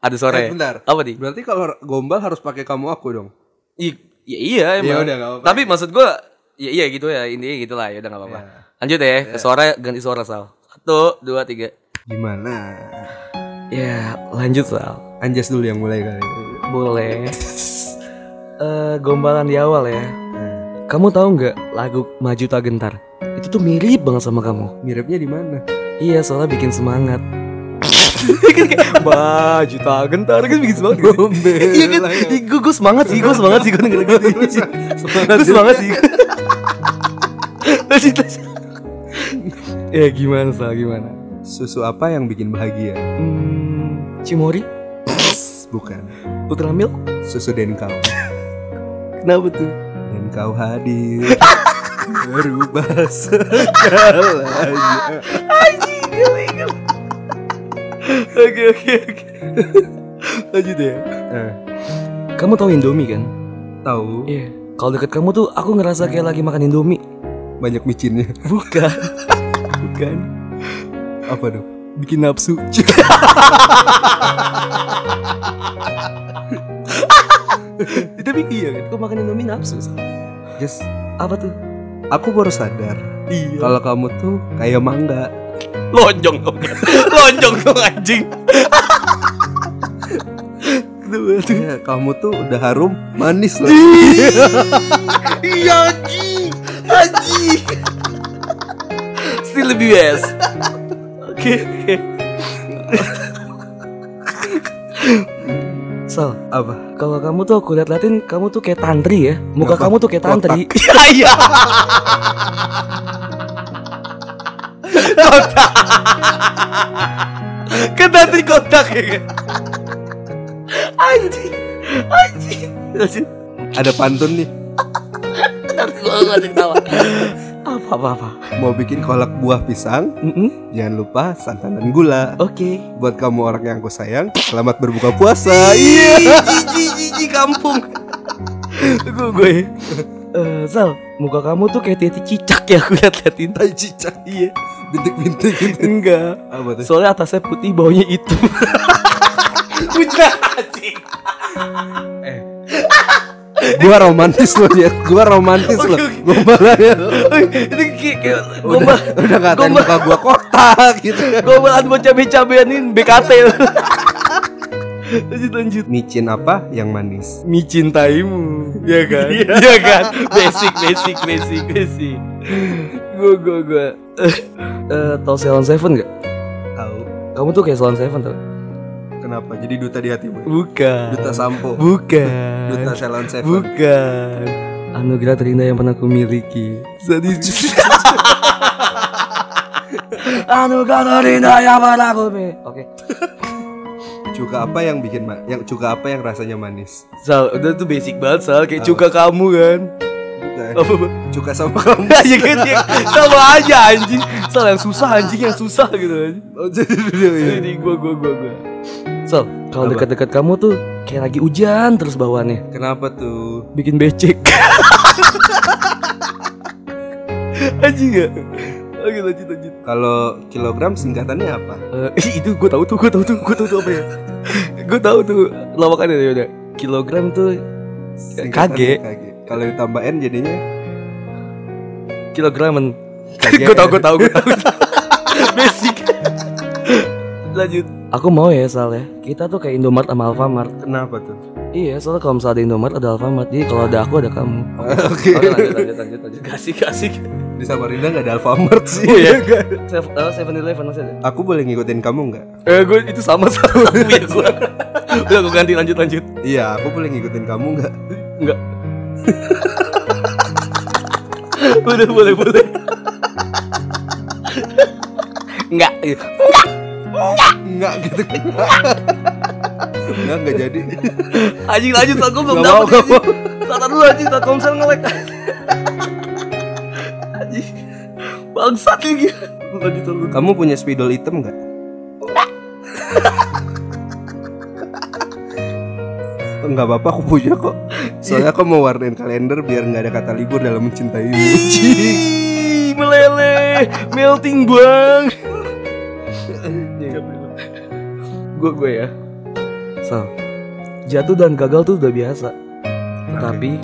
Ada suara ya?
Eh, bentar.
Apa nih?
Berarti kalau gombal harus pakai kamu aku dong.
I- ya iya emang.
udah, nggak apa-apa.
Tapi maksud gua ya iya gitu ya, intinya gitu lah, ya udah nggak apa-apa. Lanjut ya, ke suara ganti suara Sal. Satu, dua, tiga.
Gimana?
Ya, lanjut Sal.
Anjas dulu yang mulai kali. ini.
Boleh. Eh, gombalan di awal ya.
Nah,
Kamu tahu nggak lagu Maju Tak Gentar? Itu tuh mirip banget sama kamu.
miripnya di mana?
(laughs) Iya, soalnya bikin semangat. (laughs) Kan kayak, Maju Tak Gentar kan bikin semangat. gitu. Iya kan? Gue gue semangat sih, gue semangat ya. sih gue denger gitu. Gue semangat sih. Lanjut, lanjut. Ya gimana Sal, gimana?
Susu apa yang bikin bahagia?
Hmm, Cimori?
Bukan.
Ultra Milk?
Susu dan kau.
Kenapa tuh?
Dan kau hadir.
(laughs)
Berubah segalanya.
Oke, oke, oke. Lanjut ya.
Eh,
Kamu tahu Indomie kan?
tahu
Iya. Kalau deket kamu tuh aku ngerasa kayak lagi makan Indomie.
banyak micinnya.
Bukan. Bukan.
Apa dong?
Bikin nafsu. Tapi iya kan, gue makan Indomie nafsu. Sal.
Just
Apa tuh?
aku baru sadar
Iya.
kalau kamu tuh kayak mangga.
(laughs) Lonjong dong. Lonjong dong anjing. Aduh, aduh.
Ya, kamu tuh udah harum, manis loh.
Iya anjing. Anjing. Still the best. Oke. oke. Sal,
Apa?
kalau kamu tuh aku liat-liatin kamu tuh kayak tantri ya. Muka
Kenapa?
kamu tuh kayak tantri. (laughs) Iya. Kotak. Kan tantri kotak ya. kan? Anjing. Anjing. Anjing.
Ada pantun nih.
Gue gak ada ketawa. Apa apa apa.
Mau bikin kolak buah pisang?
Mm-mm.
Jangan lupa santan dan gula.
Oke.
Buat kamu orang yang aku sayang, selamat berbuka puasa.
Iya. Jiji jiji kampung. Gue gue. Eh, Sal, muka kamu tuh kayak titik cicak ya aku liat-liatin.
Tai cicak. Iya. Bintik-bintik gitu.
Enggak.
Apa tuh?
Soalnya atasnya putih, bawahnya hitam. Hujat anjing.
Eh. Gua romantis loh, ya. Gua romantis
Oke,
loh.
oke.
Gua malah ya.
Itu kayak kayak gombal
Udah ngatain
Gombal.
muka gua kotak gitu.
gombalan buat cabe-cabean ini BKT. lanjut lanjut.
Micin apa yang manis?
Micintaimu, ya kan? Iya kan? Basic basic basic basic. Gue gue gue. Eh tau Salon Seven gak?
Tahu.
Kamu tuh kayak Salon Seven tau?
Kenapa? Jadi duta di hatimu.
Bukan.
Duta sampo.
Bukan.
Duta Salon Seven.
Bukan Anugerah terindah yang pernah kumiliki Sadis Anugerah terindah yang pernah kumiliki Oke
Cuka apa yang bikin ma- yang cuka apa yang rasanya manis?
Sal, udah tuh basic banget Sal Kayak cuka kamu kan
Bukan.
Apa-apa
Cuka sama kamu.
Ya kan ya. Sama aja anjing Sal yang susah anjing yang susah gitu anjing (laughs)
Iya.
Jadi gua gua gua gua Sal, kalau
Apa?
dekat-dekat kamu tuh kayak lagi hujan terus bawaannya
Kenapa tuh?
bikin becek (laughs) anjing gak? Oke lanjut lanjut
Kalau kilogram singkatannya apa?
Eh, ih, itu gue tahu tuh, gue tahu tuh, gue tahu tuh apa ya? gue tahu tuh lawakannya ya udah. Kilogram tuh
Singkatannya Kage. Kalau ditambah n jadinya
kilograman.
KGN.
gue tahu, gue tahu, gue tahu. (laughs) Basic. Lanjut. Aku mau ya Sal ya. Kita tuh kayak Indomart sama Alfamart.
kenapa tuh?
Iya, soalnya kalau misalnya ada Indomart ada Alfamart. Jadi kalau ada aku ada kamu.
Oke.
Oke, lanjut, lanjut, lanjut, lanjut. Kasih, kasih.
Di Samarinda nggak ada Alfamart sih.
Oh, iya. Seven Eleven masih ada.
Aku boleh ngikutin kamu nggak?
Eh, gue itu sama sama punya gue. Iya, Udah, gue ganti lanjut, lanjut.
Iya, aku boleh ngikutin kamu nggak?
Enggak. boleh, boleh, boleh. Enggak.
Nggak gitu. Nggak nggak jadi.
Anjing lanjut aku belum
Nggak mau,
dapat.
nggak mau.
Tata dulu anjing Telkomsel ngelek. Anjing. Bangsat lagi. Lanjut dulu.
Kamu punya spidol hitam nggak? Enggak apa-apa aku punya kok Soalnya aku mau warnain kalender biar nggak ada kata libur dalam mencintai
Ih, meleleh, melting bang. gue gue ya. Sal, jatuh dan gagal tuh udah biasa. Tapi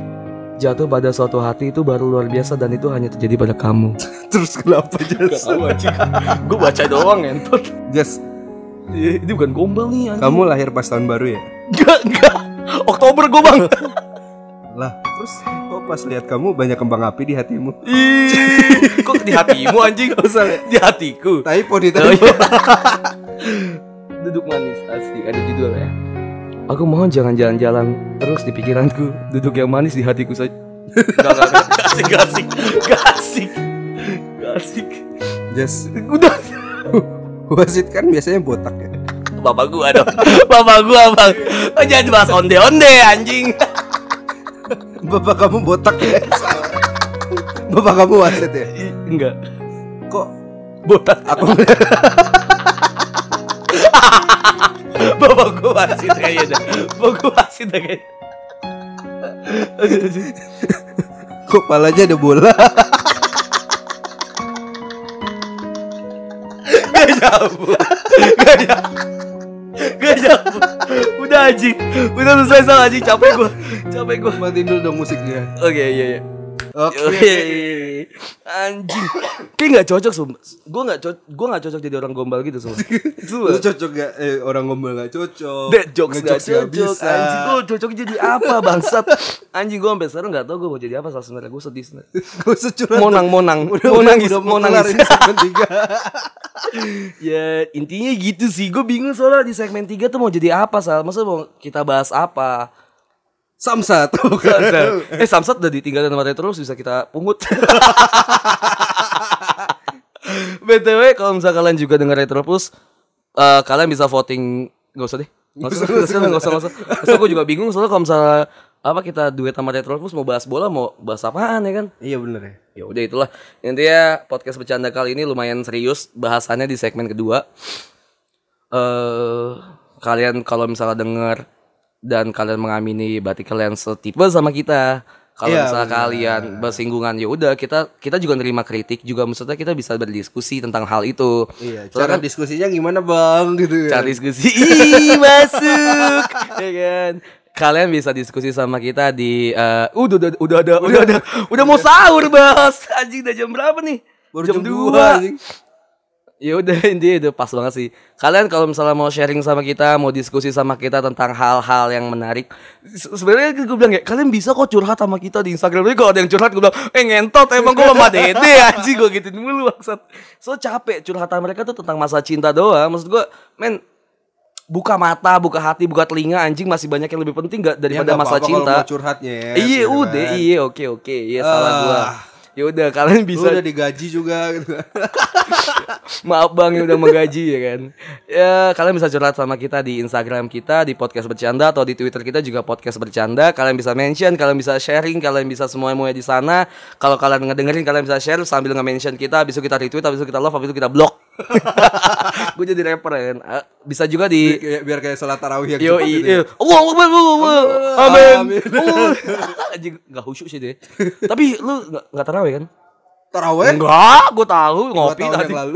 jatuh pada suatu hati itu baru luar biasa dan itu hanya terjadi pada kamu.
Terus kenapa Jas?
gue baca doang entot.
Jas,
Iya, Ini bukan gombal nih. anjing.
kamu lahir pas tahun baru ya?
Enggak, enggak. Oktober gue bang.
Lah, terus kok pas lihat kamu banyak kembang api di hatimu?
Ih, kok di hatimu anjing? Di hatiku.
Typo di typo.
Oh, iya. (laughs)
(laughs)
Duduk manis asli ada judul ya. Aku mohon jangan jalan-jalan terus di pikiranku. Duduk yang manis di hatiku saja. Gak, gak, (laughs) gak. Gasik, gasik, gasik, gasik.
Jas,
Udah,
(laughs) wasit kan biasanya botak ya?
bapak gua dong, (laughs) bapak gua bang. Oh, jangan bahas onde-onde anjing.
Bapak kamu botak (laughs) ya? Bapak kamu wasit ya?
Ih, (laughs) Enggak,
Kok
botak.
aku ngeliat
Bapak gua wasit kayaknya. dah. Bapak gua wasit dah kayaknya. Aduh, aduh.
kok palanya ada bola?
Gak nyambung Gak nyambung Gak aja. Udah anjing. Udah selesai salah anjing capek gua. Capek gua.
Matiin dulu dong musiknya.
Oke, iya iya.
Oke.
Oke. Anjing. Kayak enggak cocok sumpah. Gua enggak cocok gua enggak cocok jadi orang gombal gitu sumpah. Sumpah.
Lu cocok gak? Eh, orang ngomel gak cocok.
Dead jokes gak
Ngejokes
cocok
bisa.
Anjing gue cocok jadi apa bangsat Anjing gue sampai sekarang gak tau gue mau jadi apa sebenarnya Gue sedih sebenarnya
Gak usah curhat.
Monang monang
Udah,
Mau
udah,
nangis
udah
Mau
mau kelar
nangis
ini segmen tiga.
Ya intinya gitu sih Gue bingung soalnya di segmen 3 tuh mau jadi apa Sal Maksudnya mau kita bahas apa
Samsat.
(laughs) Samsat. Eh Samsat udah ditinggalin tempatnya terus bisa kita (laughs) pungut BTW kalau misalnya kalian juga dengar Retro Plus eh, Kalian bisa voting Gak usah deh Gak usah, gak usah, gak usah, gak usah. Terus aku juga bingung soalnya kalau misalnya apa kita duet sama Retro Plus mau bahas bola mau bahas apaan ya kan
Iya bener ya.
ya udah itulah intinya podcast bercanda kali ini lumayan serius bahasannya di segmen kedua eh kalian kalau misalnya dengar dan kalian mengamini berarti kalian setipe sama kita kalau
Iya,
misalnya kalian bersinggungan ya udah kita kita juga nerima kritik juga maksudnya kita bisa berdiskusi tentang hal itu
Iya, cara
kan
diskusinya gimana bang gitu ya.
cari diskusi (laughs) Ih, masuk ya kan kalian bisa diskusi sama kita di eh, udah udah udah udah udah udah, udah mau sahur bos anjing udah jam berapa nih
Baru
jam,
jam
2
2 anjing.
ya udah (laughs) intinya itu pas banget sih kalian kalau misalnya mau sharing sama kita mau diskusi sama kita tentang hal-hal yang menarik se- sebenarnya gue bilang ya kalian bisa kok curhat sama kita di Instagram tapi kalau ada yang curhat gue bilang eh ngentot emang gue sama dede (laughs) anjing gue gituin mulu maksud so capek curhatan mereka tuh tentang masa cinta doang maksud gue men buka mata buka hati buka telinga anjing masih banyak yang lebih penting
Ya,
gak daripada
nggak
masa
apa-apa kalau
cinta
mau curhatnya ya.
iya
gitu
udah
kan.
iya oke oke iya salah gue
Ah.
ya udah kalian
Lu
bisa
udah digaji juga gitu.
Maaf bang yang udah menggaji ya kan Ya kalian bisa curhat sama kita di Instagram kita Di podcast bercanda Atau di Twitter kita juga podcast bercanda Kalian bisa mention Kalian bisa sharing Kalian bisa semuanya di sana Kalau kalian ngedengerin Kalian bisa share Sambil nge-mention kita Habis itu kita retweet Habis itu kita love Habis itu kita (laughs) blok Gue jadi rapper ya kan Ah, Bisa juga di
Kayak- biar kayak salat tarawih yang
Yo,
cepat gitu.
iya. Allah Akbar, Allah Akbar. Amin.
Amin.
Allah. (laughs) Anjing, Nggak khusyuk sih deh. Tapi lu nggak nggak tarawih kan?
Tarawih
Enggak, gue tahu
dua
ngopi
tahun
tadi.
yang
(laughs)
lalu.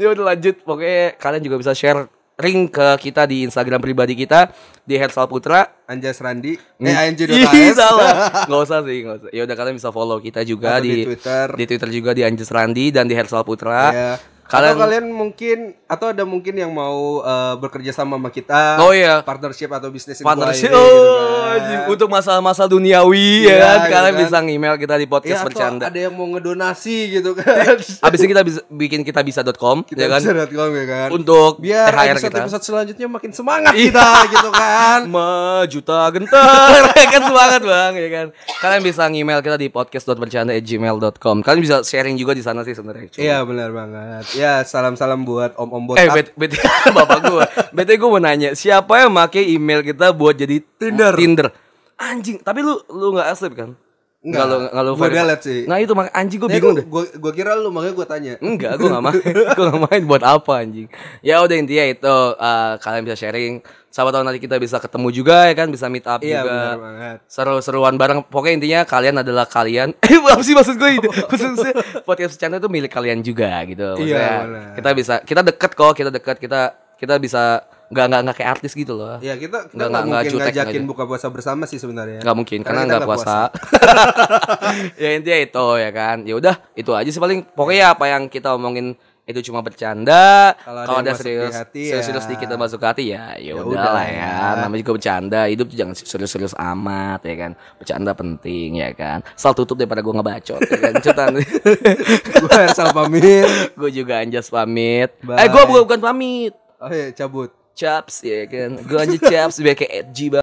ya udah lanjut, pokoknya kalian juga bisa share ring ke kita di Instagram pribadi kita di Hersal Putra.
Anjas Randi. Eh
Hmm.
ANJ
Ih, salah. Nggak usah sih, nggak usah. Ya udah kalian bisa follow kita juga
Atau di
di,
Twitter.
Di Twitter juga di Anjus Randi dan di Hersal Putra.
Ya. Kalian...
Kalian,
Atau kalian mungkin atau ada mungkin yang mau eh, bekerja sama sama kita
Oh, iya.
partnership atau bisnis ini,
partnership
gitu
Oh,
kan.
anjing. untuk masalah-masalah duniawi ya,
Iya,
kan?
gitu
kalian
kan.
bisa ngemail kita di
Ya,
podcast
atau
bercanda.
ada yang mau ngedonasi gitu kan. (laughs)
Abis ini kita bisa bikin kita bisa.com
kita
ya kan
bisa lihat kalau ya kan.
untuk
biar
THR
episode
kita. Iya.
episode selanjutnya makin semangat kita gitu
(laughs)
kan.
Majuta gentar (laughs) Ya kan semangat bang ya kan kalian bisa ngemail kita di podcast.bercanda@gmail.com kalian bisa sharing juga di sana sih sebenarnya cuy.
Iya benar banget. Ya salam-salam buat om-om Ah, botak.
gitu. eh bet bet (laughs) bapak gue bet gue mau nanya siapa yang make email kita buat jadi
Tinder.
Tinder anjing tapi lu lu nggak accept kan
Nggak.
lu nggak lu
Gua
verify.
delete sih.
nah itu mak anjing gue
Nah,
bingung
gua-
deh
gua- gua kira lu makanya gua tanya.
Enggak, gue gak (laughs) main. gue gak main buat apa anjing. Ya udah intinya itu eh, kalian bisa sharing. Siapa tahu nanti kita bisa ketemu juga ya kan, bisa meet up
Iya
juga.
benar banget.
Seru-seruan bareng. Pokoknya intinya kalian adalah kalian. (laughs) Eh, apa sih maksud gue
(laughs)
ini? Maksud saya, podcast channel itu milik kalian juga gitu. Maksudnya,
Iya, benar.
kita bisa kita deket kok, kita deket, kita kita bisa nggak nggak nggak kayak artis gitu loh.
Ya kita kita nggak
Nggak- nggak- nggak
mungkin
jutek, nggak
ngajakin buka puasa bersama sih sebenarnya.
Nggak mungkin karena
kita
nggak puasa. (laughs) ya intinya itu ya kan. Ya udah itu aja sih paling pokoknya apa yang kita omongin itu cuma bercanda.
Kalau ada
Kalau
yang
ada
masuk di
serius,
hati,
serius, serius
ya.
dikit yang masuk ke hati ya, ya
udah
udahlah ya. Namanya juga bercanda. Hidup tuh jangan serius-serius amat ya kan. Bercanda penting ya kan. Sal tutup daripada gua ngebacot ya kan. Cetan.
Gua Hersal pamit.
(laughs) gua juga anjas pamit. Eh
Bye.
gua bukan, bukan pamit.
Oke, Oh, iya, cabut.
Chaps ya kan. Gua anjas chaps biar kayak edgy banget.